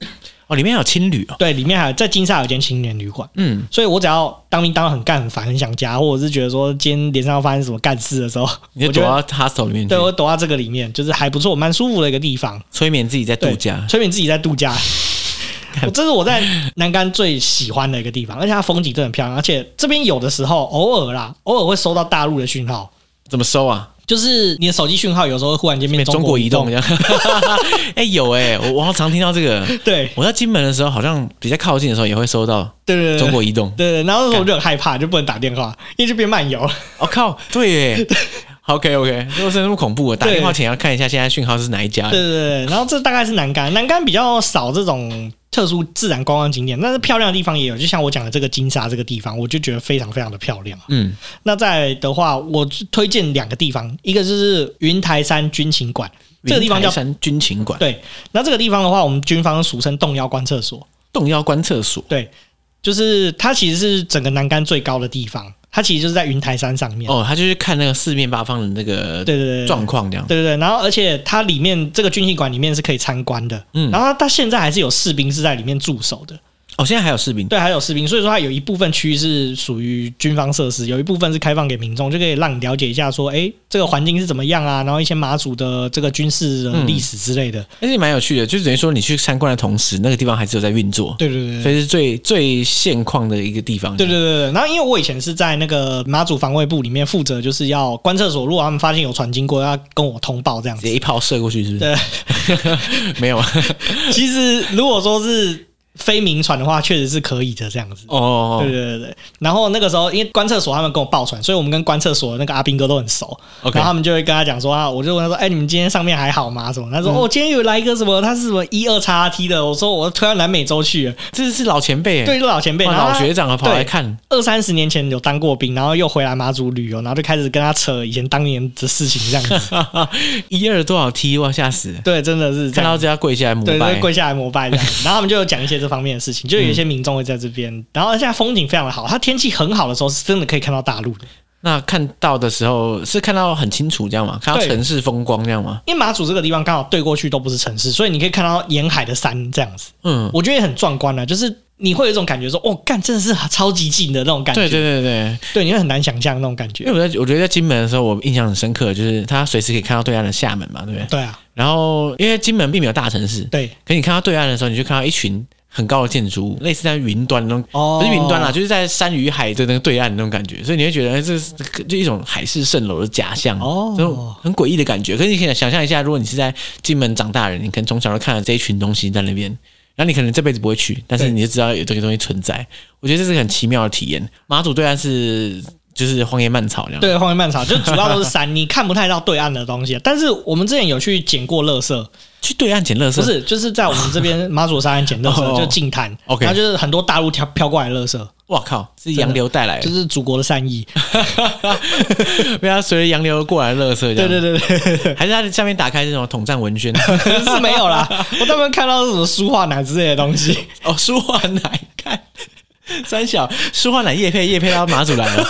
哦，里面还有青旅哦。
对，里面还有在金沙有一间青年旅馆。
嗯，
所以我只要当兵当得很干很烦，很想家，或者是觉得说今天脸上要发生什么干事的时候，
你就
我觉
躲
得
到 hostel 里面去
对，我躲到这个里面，就是还不错，蛮舒服的一个地方。
催眠自己在
对
度假。
催眠自己在 度假。我这是我在南竿最喜欢的一个地方，而且它风景真的很漂亮，而且这边有的时候偶尔啦，偶尔会收到大陆的讯号，
怎么收啊？
就是你的手机讯号有时候会忽然间变
变中
国
国移动
动
这，样。 哎、有哎、我我好常听到这个。
对
我在金门的时候，好像比较靠近的时候也会收到
对对对，
中国移动。
对对，然后那时候我就很害怕，就不能打电话，因为就变漫游。
我、哦靠，对 耶。OK OK，如果是那么恐怖的，打
对
电话前要看一下现在讯号是哪一家
对
的。
对对，然后这大概是南竿，南竿比较少这种特殊自然观光景点，但是漂亮的地方也有，就像我讲的这个金沙这个地方，我就觉得非常非常的漂亮。
嗯，
那再来的话，我推荐两个地方，一个就是云台山军情馆，这个地方
云台
叫
山军情馆
对那这个地方的话，我们军方俗称“动腰观测所
动腰观厕所”，。
对，就是它其实是整个南竿最高的地方，它其实就是在云台山上面。
哦，他就是看那个四面八方的那个
对对对对，
状况这样。
对对对，然后而且它里面这个军训馆里面是可以参观的，
嗯
然后它现在还是有士兵是在里面驻守的，
哦，现在还有士兵，
对，还有士兵，所以说它有一部分区域是属于军方设施，有一部分是开放给民众，就可以让你了解一下说，哎，这个环境是怎么样啊，然后一些马祖的这个军事
嗯
的历史之类的，
但是蛮有趣的，就是等于说你去参观的同时，那个地方还是有在运作，
对对对
所
对。
以是最最现况的一个地方。
对对对对，然后因为我以前是在那个马祖防卫部里面负责，就是要观测所，如果他们发现有船经过，要跟我通报这样
直
子。
接一炮射过去，是不
对
是？ 没 有啊。
其实如果说是非民船的话，确实是可以的这样子。
哦
对对对对，然后那个时候因为观测所他们跟我报船，所以我们跟观测所的那个阿兵哥都很熟。
，OK，
然后他们就会跟他讲说啊，我就问他说，哎、你们今天上面还好吗？什么？
嗯
他说，哦，今天有来一个什么，他是什么一二叉 T 的。我说我推到南美洲去了，
这是老前辈耶，
对，就老前辈，
哇
然后
老
他
学长啊，跑来看，
二三十年前有当过兵，然后又回来马祖旅游，然后就开始跟他扯以前当年的事情这样子。
一二多少 T，哇，吓死了！
对，真的是这
看
样
到。这要跪下来膜
对，就
拜。嗯
跪下来膜拜这样。然后他们就有讲一些这方面的事情，就有一些民众会在这边。然后现在风景非常的好，它天气很好的时候是真的可以看到大陆的。
那看到的时候是看到很清楚这样吗？看到
对
城市风光这样吗？
因为马祖这个地方刚好对过去都不是城市，所以你可以看到沿海的山这样子，
嗯，
我觉得也很壮观啊。就是你会有一种感觉说，哦，干，真的是超级近的那种感觉，
对对对对，
对你会很难想象那种感
因为
觉。
我在我觉得在金门的时候，我印象很深刻，就是他随时可以看到对岸的厦门嘛，对不对？
对啊，
然后因为金门并没有大城市，
对，
可你看到对岸的时候，你就看到一群很高的建筑物，类似在云端那种，
哦
不是云端啦，，就是在山与海的那个对岸那种感觉，所以你会觉得哎这是就一种海市蜃楼的假象
哦
这种很诡异的感觉。可是你可以想象一下，如果你是在金门长大的人，你可能从小就看了这一群东西在那边。然后你可能这辈子不会去，但是
对
你就知道有这个东西存
嗯
在。我觉得这是个很奇妙的体验。马祖对岸是就是荒野蔓草这样，
对，荒原漫草就主要都是 山，你看不太到对岸的东西。但是我们之前有去捡过垃圾，
去对岸捡垃圾，
不是，就是在我们 这边马祖沙岸捡垃
哦
圾，就近滩
OK
然后就是很多大陆飘飘过来的垃圾，
哇靠，是
的
洋流带来
就
的，
是祖国的善意。
哎被它随着洋流过来的垃圾这样。
对对对 对，
还是他下面打开这种统战文 宣
是没有啦，我当然看到是什么书画奶之类的东西。
哦，舒化奶看三小舒化奶叶配叶配到马祖来了，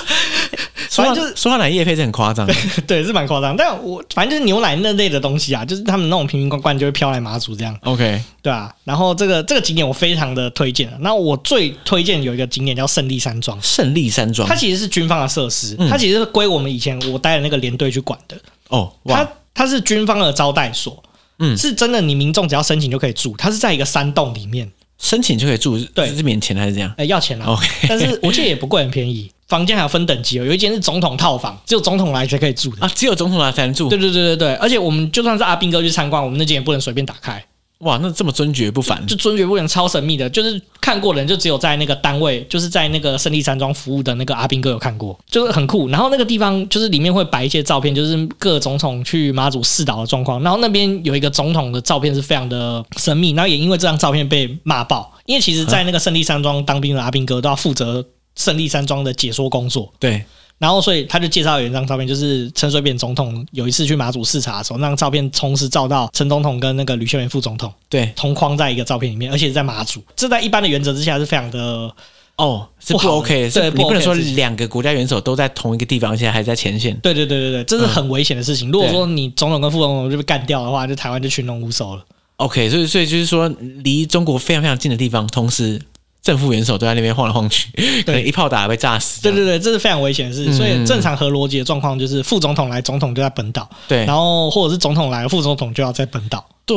舒化
反正就是
舒化奶叶配是很夸张 的，
对，是蛮夸张。但我反正就是牛奶那类的东西啊，就是他们那种瓶瓶罐罐就会飘来马祖这样，
OK，
对啊。然后这个这个景点我非常的推荐啊。那我最推荐有一个景点叫胜利山庄，
胜利山庄
它其实是军方的设施，
嗯
它其实是归我们以前我待的那个连队去管的。
哦
它
哇
它是军方的招待所，
嗯
是真的，你民众只要申请就可以住。它是在一个山洞里面，
申请就可以住，
对
是免钱还是这样
哎、要钱啊。
？OK，
但是我记得也不贵，很便宜。房间还有分等级哦，有一间是总统套房，只有总统来才可以住的。
啊，只有总统来才能住
对，对对对对，而且我们就算是阿兵哥去参观，我们那间也不能随便打开，
哇，那这么尊爵不凡
就尊爵不能超神秘的，就是看过的人就只有在那个单位，就是在那个胜利山庄服务的那个阿兵哥有看过，就是很酷。然后那个地方就是里面会摆一些照片，就是各总统去马祖试岛的状况。然后那边有一个总统的照片是非常的神秘，然后也因为这张照片被骂爆，因为其实，在那个胜利山庄当兵的阿兵哥都要负责胜利山庄的解说工作，
对，
然后，所以他就介绍有一张照片，就是陈水扁总统有一次去马祖视察的时候，那张照片同时照到陈总统跟那个吕秀莲副总统
对
同框在一个照片里面，而且是在马祖。这在一般的原则之下是非常的
哦，是不
不好
OK，是
对
你
不
不能
OK
说
的事情
两个国家元首都在同一个地方，而且还在前线，
对对对对对，这是很危险的事情。如果说你总统跟副总统就被干掉的话，就台湾就群龙无首了。
OK，所以所以就是说，离中国非常非常近的地方，同时正副元首都在那边晃来晃去，可能一炮打被炸死这
对
样。
对对，这是非常危险的事情。所
嗯
以正常合逻辑的状况就是副总统来，总统就在本岛，然后或者是总统来，副总统就要在本岛。
对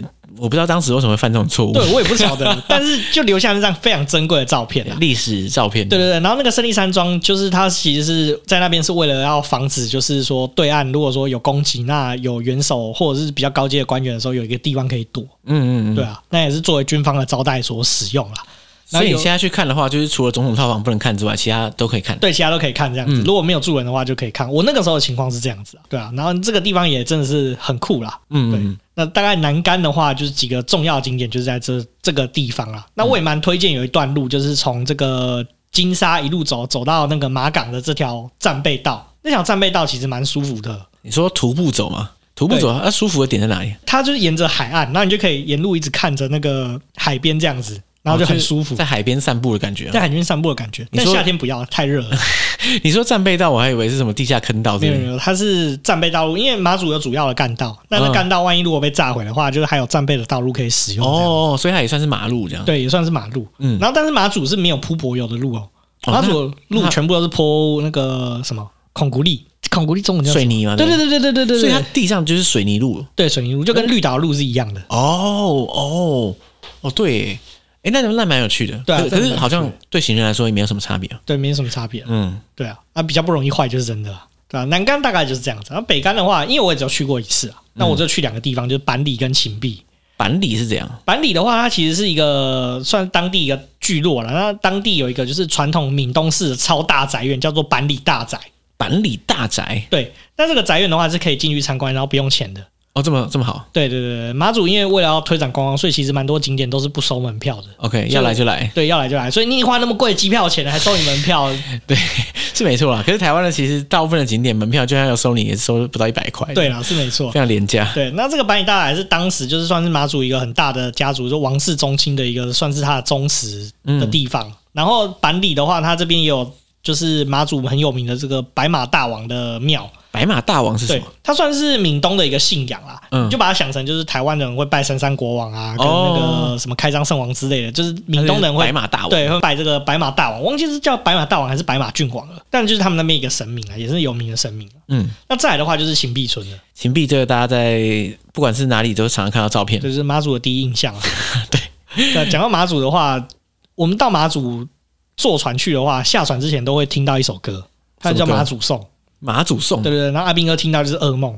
对，我不知道当时为什么会犯这种错误。
对我也不晓得， 但是就留下那张非常珍贵的照片啊。
历史照片，
对对对，然后那个胜利山庄就是它其实是在那边是为了要防止，就是说对岸如果说有攻击，那有元首或者是比较高阶的官员的时候，有一个地方可以躲，
嗯嗯嗯，
对。啊，那也是作为军方的招待所使用啦。
所以
然
你
后有
现在去看的话，就是除了总统套房不能看之外，其他都可以看。
对，其他都可以看这样子。
嗯
如果没有住人的话，就可以看。我那个时候的情况是这样子啊，对啊。然后这个地方也真的是很酷啦，
嗯，
对。
嗯嗯
那大概南竿的话，就是几个重要景点，就是在这这个地方啦。那我也蛮推荐有一段路，就是从这个金沙一路走走到那个马港的这条战备道。那条战备道其实蛮舒服的，
你说徒步走嘛？徒步走，那、舒服的点在哪里？
它就是沿着海岸，那你就可以沿路一直看着那个海边这样子。然后就很舒服，
哦在海边散步的感觉
在。海边散步的感觉。
你
但
说
夏天不要太热了，
你说战备道，我还以为是什么地下坑道之
没
类
有
的
没有，它是战备道路，因为马祖有主要的干道，那那
嗯
干道万一如果被炸毁的话，就是还有战备的道路可以使用。哦，
哦，所以它也算是马路这样。
对，也算是马路。
嗯
然后但是马祖是没有铺柏油的路哦，
哦
马祖的
那
路全部都是铺那个什么孔古力，孔古力中文叫什么
水泥嘛
对对
对
对对对对对，
所以它
对
地上就是水泥路。
对水泥路就跟绿岛路是一样的。
哦哦哦，对耶，哎，那那蛮有趣的。
对啊
可
真
可
的
是
蛮
好
有
像
趣
对行人来说也没有什么差别啊。
对，没什么差别。
嗯，
对啊，啊比较不容易坏就是真的啦，对啊，南竿大概就是这样子。然后北竿的话，因为我也只有去过一次啊，那我就去两个地方，就是板里跟芹壁。
板里是这样。
板里的话，它其实是一个算当地一个聚落了。那当地有一个就是传统闽东式的超大宅院，叫做板里大宅。
板里大宅
对，那这个宅院的话是可以进去参观，然后不用钱的。
哦，这么这么好
对对对对，马祖因为为了要推展观光，所以其实蛮多景点都是不收门票的。
，OK，
就
要来就来，
对，要来就来，所以你花那么贵的机票钱，还收你门票，
是没错啦。可是台湾的其实大部分的景点门票，就算要收你，也收不到一百块，
对，啦，是没错。
非常廉价。
对，那这个白里大海是当时就是算是马祖一个很大的家族，就王室宗亲的一个，算是他的宗祠
嗯
的地方。然后板里的话，它这边也有就是马祖很有名的这个白马大王的庙，
白马大王是什
对
么？，
它算是闽东的一个信仰啦。
嗯
你就把它想成就是台湾人会拜三山国王啊，跟那个什么开漳圣王之类的，就是闽东人
哦它是
会
白。马大王，
对，会拜这个白马大王，忘记是叫白马大王还是白马郡王了，但就是他们那边一个神明啊，也是有名的神明啊。
嗯，
那再来的话就是秦壁村了，
秦壁这个大家在不管是哪里都常常看到照片。
就是马祖的第一印 象啊。对，那讲到马祖的话，我们到马祖坐船去的话，下船之前都会听到一首歌，它叫
什么歌
马祖颂，
马祖颂
对，对对。然后阿斌哥听到就是噩梦，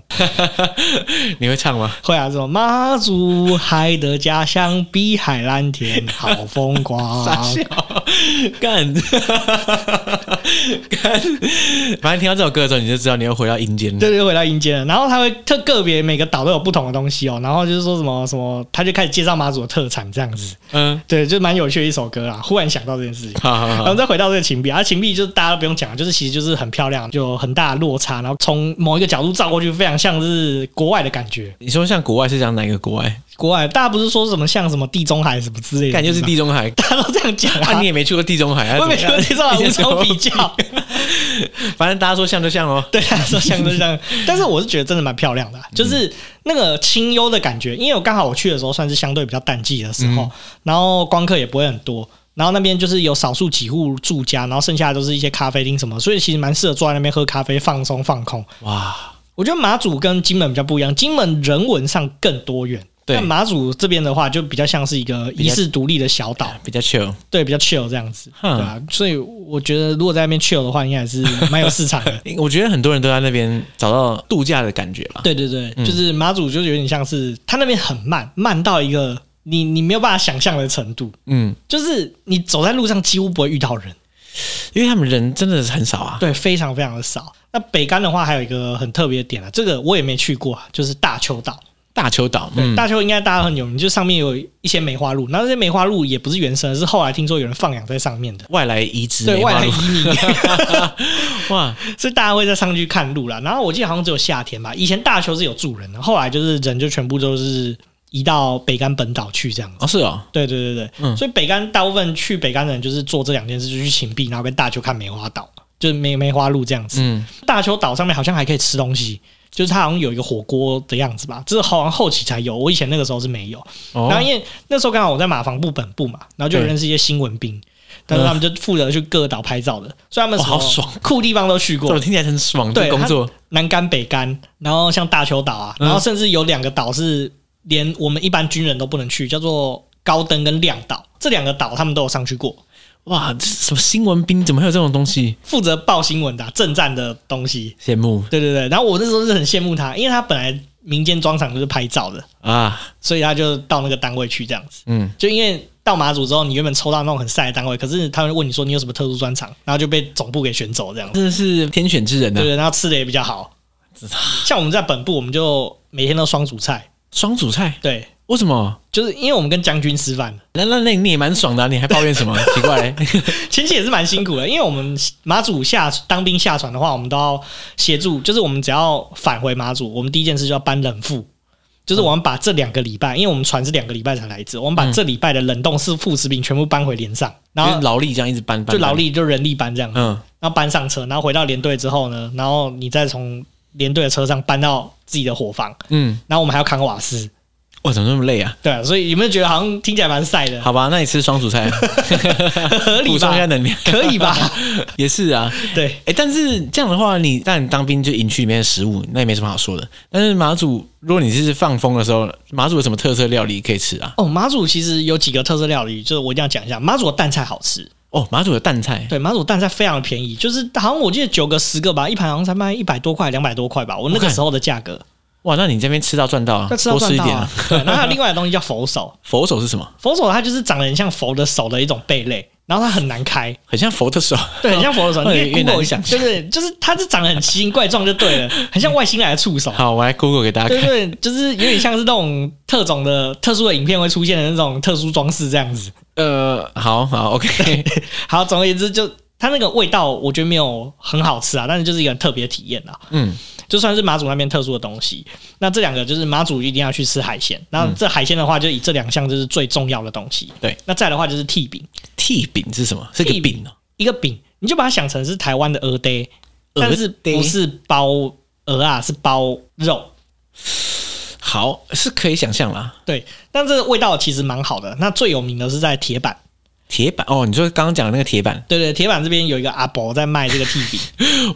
你会唱吗？
会啊，什么马祖海的家乡碧海蓝天，好风 光。
干干，反正听到这首歌的时候，你就知道你要回到阴间了。
对对，回到阴间了。然后他会特个别每个岛都有不同的东西哦，然后就是说什么什么，他就开始介绍马祖的特产这样子，
嗯，
对，就蛮有趣的一首歌啊。忽然想到这件事情。
好好
然后
好，
再回到这个琴壁，啊，琴壁就是大家都不用讲，就是其实就是很漂亮，就有很大的落差，然后从某一个角度照过去，非常像是国外的感觉。
你说像国外是讲哪一个国外？
国外大家不是说什么像什么地中海什么之类的，
感觉是，地中海
大家都这样讲
啊，
啊。
你也没去过地中海啊？
我也没
怎
觉
么
得
样
地中海无从比，较，
反正大家说像就像哦。
对啊，说像都是这样，但是我是觉得真的蛮漂亮的啊、
嗯
就是那个清幽的感觉。因为我刚好我去的时候算是相对比较淡季的时
嗯
候，然后光客也不会很多，然后那边就是有少数几户住家，然后剩下的都是一些咖啡厅什么，所以其实蛮适合坐在那边喝咖啡放松放空。
哇，
我觉得马祖跟金门比较不一样，金门人文上更多元。
对
但马祖这边的话，就比较像是一个
比
遗
较
世独立的小岛，
比较 chill。
对，比较 chill 这样子，对
哼。
啊，所以我觉得如果在那边 chill 的话，应该还是蛮有市场的
我觉得很多人都在那边找到度假的感觉吧。
对对
嗯
对，就是马祖就是有点像是它那边很慢，慢到一个你你没有办法想象的程度，
嗯，
就是你走在路上几乎不会遇到人，
啊因为他们人真的是很少啊。
对，非常非常的少。那北干的话，还有一个很特别的点啊，这个我也没去过啊，就是大邱岛。
大邱岛，
对，
嗯，
大邱应该大家很有名，就上面有一些梅花鹿，那这些梅花鹿也不是原生的，是后来听说有人放养在上面的，
外来移植
对
梅
外
花
来
鹿
移，民，
哇，
所以大家会在上去看鹿啦。然后我记得好像只有夏天吧，以前大邱是有住人的，后来就是人就全部都是移到北干本岛去这样子。
哦是哦，
对对对对，
嗯
所以北干大部分去北干的人就是做这两件事，就去秦壁，然后跟大邱看梅花岛，就是梅梅花鹿这样子。
嗯，
大邱岛上面好像还可以吃东西，就是它好像有一个火锅的样子吧，这好像后期才有，我以前那个时候是没有。
哦
然后因为那时候刚好我在马防部本部嘛，然后就有认识一些新闻兵，但是他们就负责去各岛拍照的，所以他们
哇
什么
哦好爽
酷地方都去
这我
过，
听起来很爽，
对
这工作
南干、北干，然后像大邱岛啊，
嗯
然后甚至有两个岛是连我们一般军人都不能去，叫做高登跟亮岛，这两个岛他们都有上去过，
哇，这什么新闻兵怎么会有这种东西？
负责报新闻的啊、政战的东西。
羡慕
对对对，然后我那时候是很羡慕他，因为他本来民间庄场就是拍照的，
啊，
所以他就到那个单位去这样子。
嗯，
就因为到马祖之后，你原本抽到那种很晒的单位，可是他们问你说你有什么特殊专长，然后就被总部给选走这样子，
真的是天选之人啊呐
对不，对？然后吃的也比较好。像我们在本部，我们就每天都双主菜，
双主菜，
对，
为什么？
就是因为我们跟将军吃饭，
那那那你也蛮爽的啊，你还抱怨什 么？奇怪嘞，
前期也是蛮辛苦的，因为我们马祖下当兵下船的话，我们都要协助，就是我们只要返回马祖，我们第一件事就要搬冷腹。就是我们把这两个礼拜，因为我们船是两个礼拜才来一次，我们把这礼拜的冷冻式副食品全部搬回连上，
嗯
然
就是
后
劳力这样一直搬，搬
就劳，力就人力搬这样，
搬嗯，
然后搬上车，然后回到连队之后呢，然后你再从连队的车上搬到自己的伙房，
嗯，
然后我们还要扛瓦斯，
哇，怎么那么累啊？
对啊，所以有没有觉得好像听起来蛮晒 的？
好吧，那你吃双薯菜，啊
合理
补充一下
吧？
能量，
可 以吧？
也是啊。
对，
哎、但是这样的话，你但你当兵就营区里面的食物，那也没什么好说的。但是马祖，如果你是放风的时候，马祖有什么特色料理可以吃啊？
哦，马祖其实有几个特色料理，就是我一定要讲一下。马祖的蛋菜好吃，
哦，马祖有蛋菜，
对，马祖蛋菜非常便宜，就是好像我记得九个十个吧，一盘好像才卖一百多块、两百多块吧，我那个
OK
时候的价格，
哇，那你这边吃到赚到啊，
那吃到
哦多
赚
吃一
到
点啊
啊。。 对，然后还有另外的东西叫佛手，
佛手是什么？
佛手它就是长得很像佛的手的一种贝类，然后它很难开，
很像佛的手，
对，很像佛的 手，
哦
你可以
越南
Google 一下，
想
对对，就是它是长得很奇形怪状就对 了，很像外星来的触手。
好，我来 Google 给大家
对
看。
对，就是有点像是那种特种的、特殊的影片会出现的那种特殊装饰这样子。
呃，好好，OK，
好，总而言之就，它那个味道，我觉得没有很好吃啊，但是就是一个很特别的体验啊。
嗯，
就算是马祖那边特殊的东西。那这两个就是马祖一定要去吃海鲜，那这海鲜的话，就以这两项就是最重要的东西。
嗯对，
那再的话就是屉饼，
屉饼是什么？是个
屉
饼哦。
一个饼你就把它想成是台湾的鹅呆，
蚵
但是
嗲
不是包鹅啊，是包肉。
好，是可以想象啦。
对，但这个味道其实蛮好的。那最有名的是在铁板，
铁板哦，你说刚刚讲的那个铁板，
对对，铁板这边有一个阿伯在卖这个屉饼，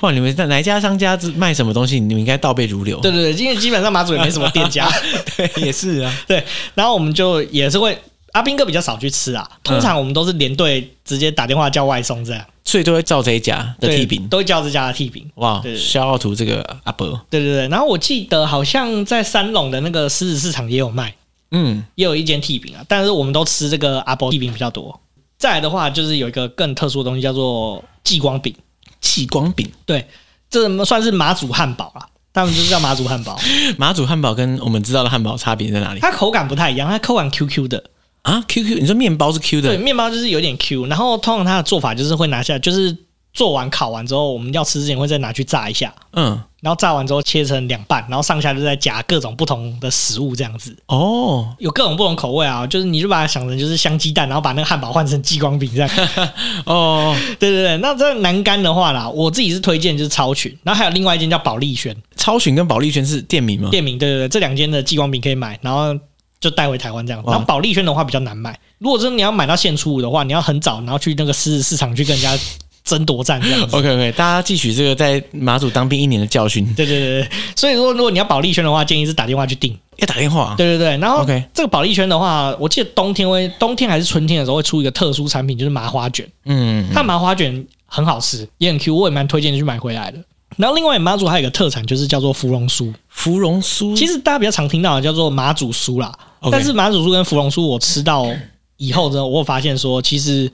哇，你们在哪一家商家卖什么东西，你们应该倒背如流。
对对对，因为基本上马祖也没什么店家，
对，也是啊。
对， 然后我们就也是会阿兵哥比较少去吃啊，通常我们都是连队直接打电话叫外送这样，
所以都会照这一家的
对
屉饼。
都会叫这家的屉饼。
哇，
对
肖奥图这个阿伯，
对对对，然后我记得好像在三龙的那个狮子市场也有卖，
嗯，
也有一间屉饼啊，但是我们都吃这个阿伯屉饼比较多。再来的话，就是有一个更特殊的东西叫做继光饼，
戚光饼，
对，这算是马祖汉堡啦，他们就是叫马祖汉堡，
马祖汉堡跟我们知道的汉堡差别在哪里
它口感不太一样，它口感 QQ 的，
啊？QQ，你说面包是 Q 的，
对，面包就是有点 Q，然后通常它的做法就是会拿下，就是做完烤完之后，我们要吃之前会再拿去炸一下，
嗯，
然后炸完之后切成两半，然后上下就再夹各种不同的食物这样子，
哦，
有各种不同口味啊，就是你就把它想成就是香鸡蛋，然后把那个汉堡换成激光饼这样。
哦，
对对对，那在南干的话啦，我自己是推荐就是超群，然后还有另外一间叫保利轩
超群跟保利轩是店名吗？
店名，对对对，这两间的激光饼可以买，然后。就带回台湾这样，
哇
然后保利轩的话比较难买。如果真的你要买到现出物的话，你要很早，然后去那个狮子市场去跟人家 争夺战这样子。
OK OK，大家汲取这个在马祖当兵一年的教训，
对对对，对，所以说如果你要保利圈的话，建议是打电话去订。
要打电话、啊。
对对对，然后
OK
这个保利圈的话，我记得冬天会冬天还是春天的时候会出一个特殊产品，就是麻花卷。
嗯，
它麻花卷很好吃，也很 Q，我也蛮推荐去买回来的。然后另外马祖还有一个特产就是叫做芙蓉酥，
芙蓉酥，
其
实
实大家比较常听到的叫做马祖酥啦。
嗯 OK
但是马祖酥跟芙蓉酥，我吃到以后呢，我有发现说，其实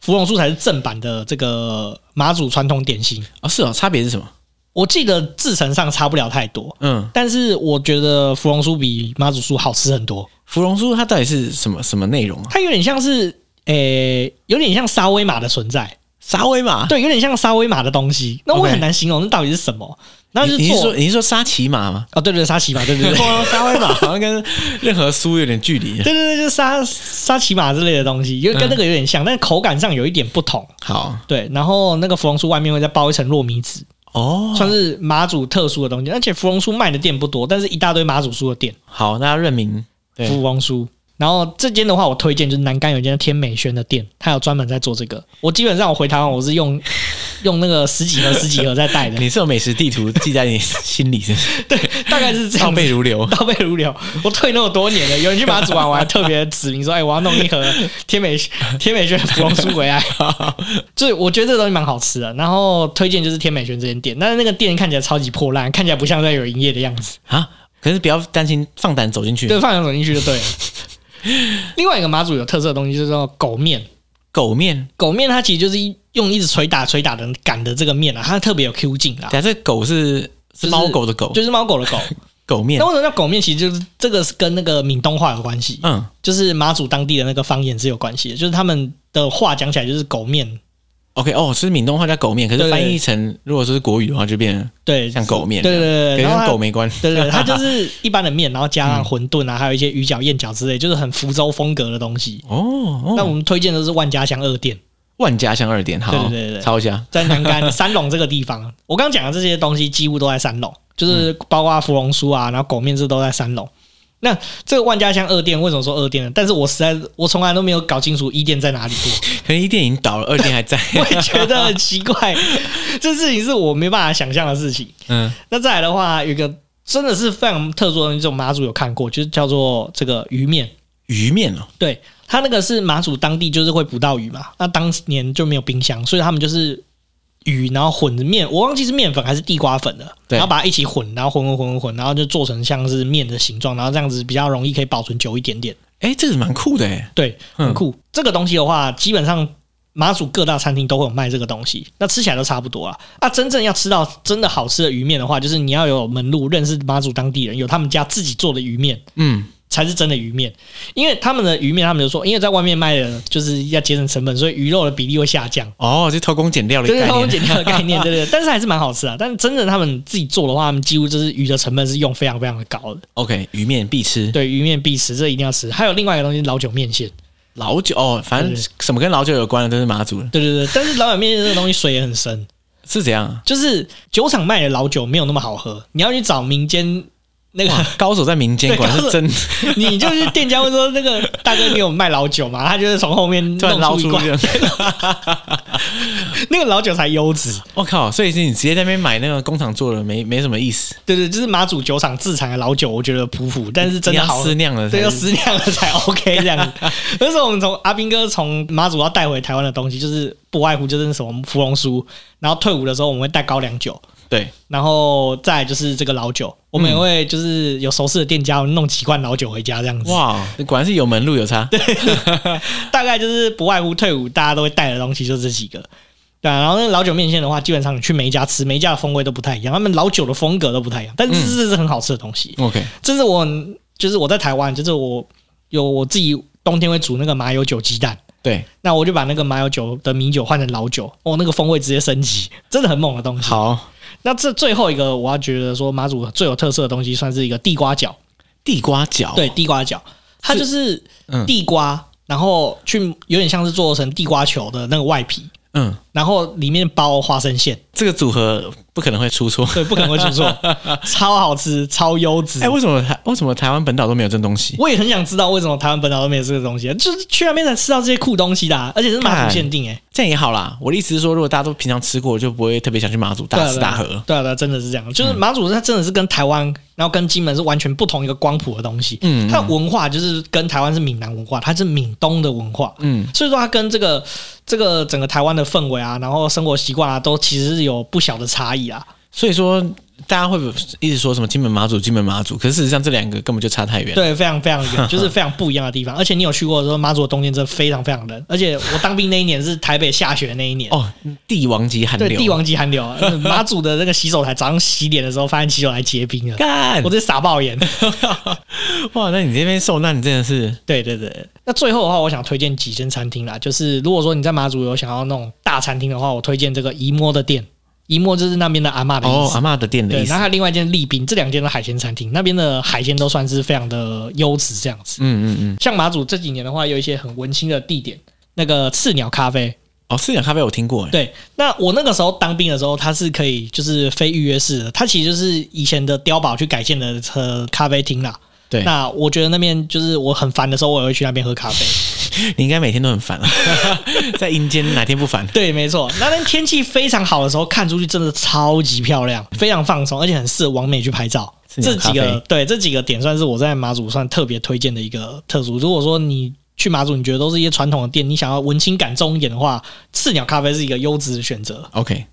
芙蓉酥才是正版的这个马祖传统点心。
哦是哦，差别是什么？
我记得制成上差不了太多，
嗯，
但是我觉得芙蓉酥比妈祖酥好吃很多，
芙蓉酥它到底是什么什么内容啊？
它有点像是，诶、有点像沙威玛的存在，
沙威玛？
对，有点像沙威玛的东西。那我
OK
很难形容那到底是什么，那就
你你是
是做
说你是说沙琪玛吗？
哦，对对，沙琪玛，对对对，对
沙威玛好像跟任何酥有点距离。
对对，就是沙沙琪玛之类的东西，有跟那个有点像，但是口感上有一点不同。
好
对，然后那个芙蓉酥外面会再包一层糯米纸，
哦，
算是马祖特殊的东西。而且芙蓉酥卖的店不多，但是一大堆马祖酥的店，
好，大家认明。对
芙蓉酥。然后这间的话，我推荐就是南干有一间天美轩的店，它有专门在做这个。我基本上我回台湾，我是用用那个十几盒、十几盒在带的，
你是有美食地图记在你心里，是不 是
大概是这
倒
样子。
背如流。
倒背如流，我退那么多年了，有人去马祖玩，我还特别指明说，哎，我要弄一盒天美天美轩的芙蓉酥回来。就是我觉得这个东西蛮好吃的，然后推荐就是天美轩这间店，但是那个店看起来超级破烂，看起来不像在有营业的样子。
啊！可是不要担心，放胆走进去。
对，放羊走进去就对了。另外一个马祖有特色的东西就是叫狗面，
狗面，
狗面它其实就是一用一直捶打捶打的擀的这个面啊，它特别有 Q 劲啊，
假设狗是
就是是
猫狗的狗，
就是猫狗的狗。
狗面
那。为什么叫狗面？其实就是这个是跟那个闽东话有关系，
嗯，
就是马祖当地的那个方言是有关系的，就是他们的话讲起来就是狗面，
OK，哦，是闽东话叫狗面，可
对
是
对
翻译成如果说是国语的话，就变
对，
像狗面
对对对
可
对，
是
然后
跟
它
狗没关。
对对，对它就是一般的面，然后加上馄饨啊，还有一些鱼饺、燕饺之类，就是很福州风格的东西。
哦，哦
那我们推荐的是万家香二店，
万家香二店，好，
对对对对
抄一下。
在南干三龙这个地方。我刚刚讲的这些东西几乎都在三龙，就是包括芙蓉酥啊，然后狗面这都在三龙。那这个万家香二店为什么说二店呢？但是我实在我从来都没有搞清楚一店在哪里过。
可能一店已经倒了，二店还在。
我也觉得很奇怪，这事情是我没办法想象的事情。
嗯，
那再来的话，有一个真的是非常特殊的东西，这种马祖有看过，就是叫做这个鱼面。
鱼面哦，
对，它那个是马祖当地就是会捕到鱼嘛，那当年就没有冰箱，所以他们就是鱼，然后混着面，我忘记是面粉还是地瓜粉了，
对
然后把它一起混，然后混混混混混，然后就做成像是面的形状，然后这样子比较容易可以保存久一点点。
哎，这个蛮酷的哎。
对，很
嗯
酷。这个东西的话，基本上马祖各大餐厅都会有卖这个东西，那吃起来都差不多啊。啊，真正要吃到真的好吃的鱼面的话，就是你要有门路，认识马祖当地人，有他们家自己做的鱼面。
嗯，
才是真的鱼面，因为他们的鱼面，他们就说，因为在外面卖的，就是要节省成本，所以鱼肉的比例会下降，
哦，就偷工减料的
这
概
是偷工
念。
减料的概念，对不对？但是还是蛮好吃啊。但是真的他们自己做的话，他们几乎就是鱼的成本是用非常非常的高的。
OK，鱼面必吃。
对，鱼面必吃，这一定要吃。还有另外一个东西，老酒面线。
老酒哦，反正
对
什么跟老酒有关的都是马祖的，
对对对，但是老酒面线这个东西水也很深，
是怎样啊？
就是酒厂卖的老酒没有那么好喝，你要去找民间那个，
哇，高手在民间，
对
果然
高手
是真，
你就是店家会说那个大哥你有卖老酒吗？他就是从后面
突然
弄
捞
出一
出
罐，
这个。
那个老酒才优质。
我靠！所以是你直接在那边买那个工厂做的，没没什么意思。
对对，就是马祖酒厂自产的老酒，我觉得普 普，但是真的
你
好
要。私酿的才
对，
是，
要适量的才 OK 这样子。那时候我们从阿斌哥从马祖要带回台湾的东西，就是不外乎就是什么芙蓉酥，然后退伍的时候我们会带高粱酒，
对，
然后再来就是这个老酒，我们也会就是有熟识的店家我们弄几罐老酒回家这样子。
哇，果然是有门路有差。
大概就是不外乎退伍大家都会带的东西就这几个。对、啊，然后那个老酒面线的话，基本上你去每一家吃，每一家的风味都不太一样，他们老酒的风格都不太一样，但是这是很好吃的东西。
OK，
这是我就是我在台湾，就是我有我自己冬天会煮那个麻油酒鸡蛋，
对，
那我就把那个麻油酒的米酒换成老酒，哦，那个风味直接升级，真的很猛的东西。，
好，
那这最后一个我要觉得说马祖最有特色的东西，算是一个地瓜饺，
地瓜饺，
对，，地瓜饺，它就是
哦嗯
地瓜，然后去有点像是做成地瓜球的那个外皮。
嗯，
然后里面包花生馅，
这个组合不可能会出 错。
对，不可能会出 错，超好吃，超优质。
哎，为什么台为什么台湾本岛都没有这东西？
我也很想知道为什么台湾本岛都没有这个东西，就是去那边才吃到这些酷东西的啊、而且是马祖限定哎、
这样也好啦。我的意思是说，如果大家都平常吃过，就不会特别想去马祖
对 啊
大吃大喝。嗯
对啊，对啊，真的是这样，就是马祖它真的是跟台湾，然后跟金门是完全不同一个光谱的东西，
嗯
它的文化就是跟台湾是闽南文化，它是闽东的文化，
嗯，
所以说它跟这个这个整个台湾的氛围啊，然后生活习惯啊，都其实是有不小的差异啊。
所以说大家会不会一直说什么金门马祖、金门马祖，可是事实上这两个根本就差太远。
对，非常非常 远，就是非常不一样的地方。而且你有去过的时候，马祖的冬天真的非常非常冷。而且我当兵那一年是台北下雪那一年，
哦，帝王级寒流，
对，帝王级寒 流啊。马祖的那个洗手台，早上洗脸的时候发现洗手台结 冰了，
干
我直接傻 爆眼。
哇！那你这边受难真的是
对对对，那最后的话，我想推荐几间餐厅啦，就是如果说你在马祖有想要那种大餐厅的话，我推荐这个姨摸的店。姨摸就是那边的阿嬷的意
哦，
思。
阿嬷的店的
对，
意思
然后。还有另外一间利宾，这两间的海鲜餐厅，那边的海鲜都算是非常的优质这样子。
嗯嗯嗯，
像马祖这几年的话，有一些很温馨的地点，那个赤鸟咖啡。
哦，四眼咖啡我听过，哎，
对，那我那个时候当兵的时候，它是可以就是非预约式的，它其实就是以前的碉堡去改建的呃咖啡厅啦。
对
那我觉得那边就是我很烦的时候，我也会去那边喝咖 啡。
你应该每天都很烦啊， 在阴间哪天不 烦？
对，没错，那边天气非常好的时候，看出去真的超级漂亮，非常放松，而且很适合完美去拍照。
是
这
鸟
几
咖啡
个对这几个点算是我在马祖算特别推荐的一个特殊。如果说你去马祖，你觉得都是一些传统的店，你想要文青感重一点的话，赤鸟咖啡是一个优质的选择。
OK，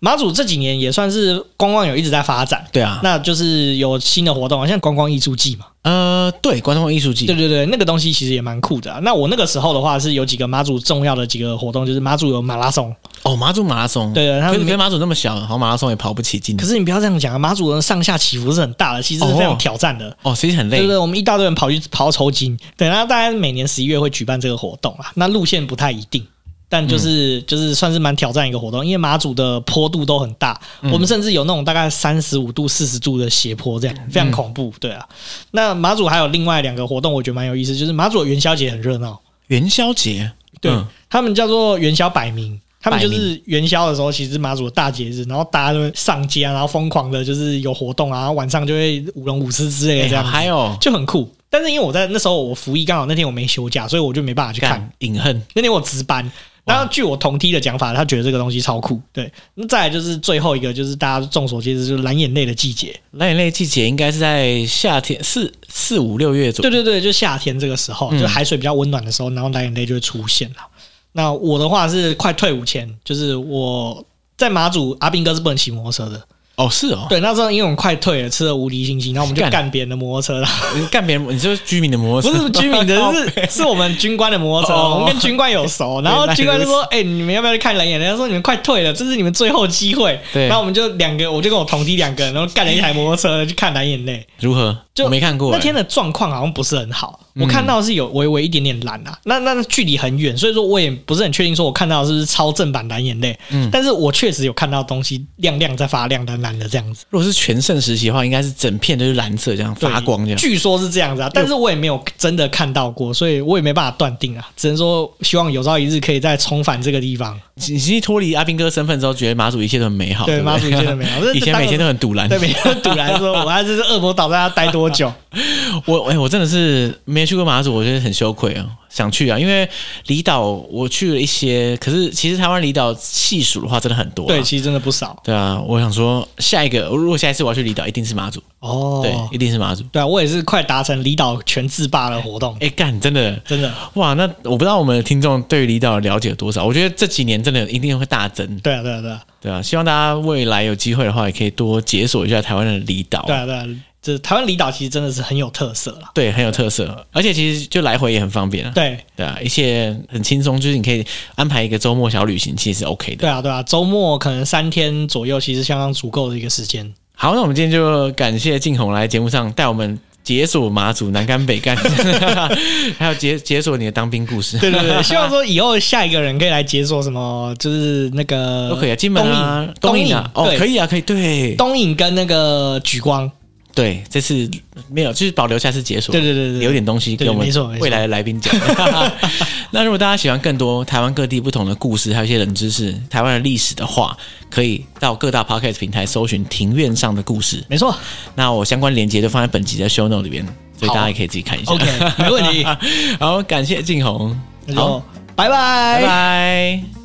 马祖这几年也算是观光有一直在发展，
对啊，
那就是有新的活动，好啊像观光艺术季嘛。
呃，对，观众艺术
对
季，
对对，那个东西其实也蛮酷的啊、那我那个时候的话是有几个马祖重要的几个活动，就是马祖有马拉松，
哦，马祖马拉松，
对对他
可
们
是可是马祖那么小，好像马拉松也跑不起劲
可，是你不要这样讲啊，马祖的上下起伏是很大的，其实是非常挑战的。
哦，其实很
对
累
不，对？我们一大堆人跑去跑抽筋，对，那大概每年十一月会举办这个活动啊。那路线不太一定，但就是、就是算是蛮挑战一个活动，因为马祖的坡度都很大，我们甚至有那种大概三十五度、四十度的斜坡，这样非常恐怖。对啊，那马祖还有另外两个活动，我觉得蛮有意思，就是马祖的元宵节很热闹，
元宵节，
对、
嗯
他们叫做元宵摆明。他们就
摆
是元宵的时候，其实是马祖的大节日，然后大家都会上街啊，然后疯狂的，就是有活动啊，然后晚上就会舞龙舞狮之类的
哎
这样子。
还有
就很酷。但是因为我在那时候我服役刚好那天我没休假，所以我就没办法去看。
干隐恨，
那天我值班，然后据我同梯的讲法，他觉得这个东西超酷。对，那再来就是最后一个，就是大家众所皆知，就是蓝眼泪的季节。
蓝眼泪季节应该是在夏天四四五六月左
对
右，
对对，就夏天这个时候，
嗯
就海水比较温暖的时候，然后蓝眼泪就会出现了。那我的话是快退伍前，就是我在马祖，阿斌哥是不能骑摩托车的。
哦是哦，
对，那时候因为我们快退了，吃了无敌星星，然后我们就
干
干别人的摩托车了。
你干别人，你就是居民的摩托
不
车，
是 居民的，
靠背
是是我们军官的摩托车。
哦
我们跟军官 有熟，然后军官就说：“哎、你们要不要去看蓝眼泪？”他说：“你们快退了，这是你们最后机会。”
对
然后我们就两个，我就跟我同梯两个人，然后干了一台摩托车去看蓝眼泪。
如何？
就
我没看过
那
哎
天的状况好像不是很好，
嗯
我看到是有微微一点点蓝啊，那那距离很远，所以说我也不是很确定，说我看到的是不是超正版蓝眼泪。
嗯
但是我确实有看到东西亮亮在发亮，蓝蓝的这样子，
如果是全盛时期的话，应该是整片都是蓝色，这样发光这样。
据说是这样子啊，但是我也没有真的看到过，所以我也没办法断定啊，只能说希望有朝一日可以再重返这个 地方。
你 其实脱离阿兵哥身份之后，觉得马祖一切都很美好。
对
不
马祖一切都很美 好这
以前每天都很堵蓝
对，。每天堵 来说，我还是恶魔岛在那待多久？
我哎、我真的是没去过马祖，我觉得很羞愧啊，想去啊，因为离岛我去了一些，可是其实台湾离岛细数的话，真的很多、啊。
对，其实真的不少
对啊，我想说下一个，如果下一次我要去离岛，一定是马祖。
哦
对，一定是马祖。
对啊，我也是快达成离岛全自霸的活动，
哎、干，真的
真的。
哇！那我不知道我们的听众对于离岛了解有多少，我觉得这几年真的一定会大增。
对啊，对啊，对啊，
对啊，希望大家未来有机会的话，也可以多解锁一下台湾的离岛，
对啊，对啊，这台湾离岛其实真的是很有特色了。
对，很有特色，而且其实就来回也很方便啊。
对，
对啊，一切很轻松，就是你可以安排一个周末小旅行，其实是 OK 的。
对啊，对啊，周末可能三天左右，其实相当足够的一个时间。
好，那我们今天就感谢静红来节目上带我们解锁马祖南干北 干，还有解解锁你的当兵故事。
对对对，希望说以后下一个人可以来解锁什么，就是那个
都可以啊，金门啊，
东
引
引
啊，哦，可
以
以啊，可以，对，
东引跟那个举光，
对，这次没有，就是保留下次解锁，
对对对对，
留点东西
对
给我们
没错没错
未来的来宾 讲。那如果大家喜欢更多台湾各地不同的故事，还有一些冷知识、台湾的历史的话，可以到各大 podcast 平台搜寻“庭院上的故事
没错。”。
那我相关链接都放在本集的 show note 里边，所以
好
大家也可以自己看一下。
OK，没问题。
好，感谢静红，
那
好
就，拜拜
拜拜。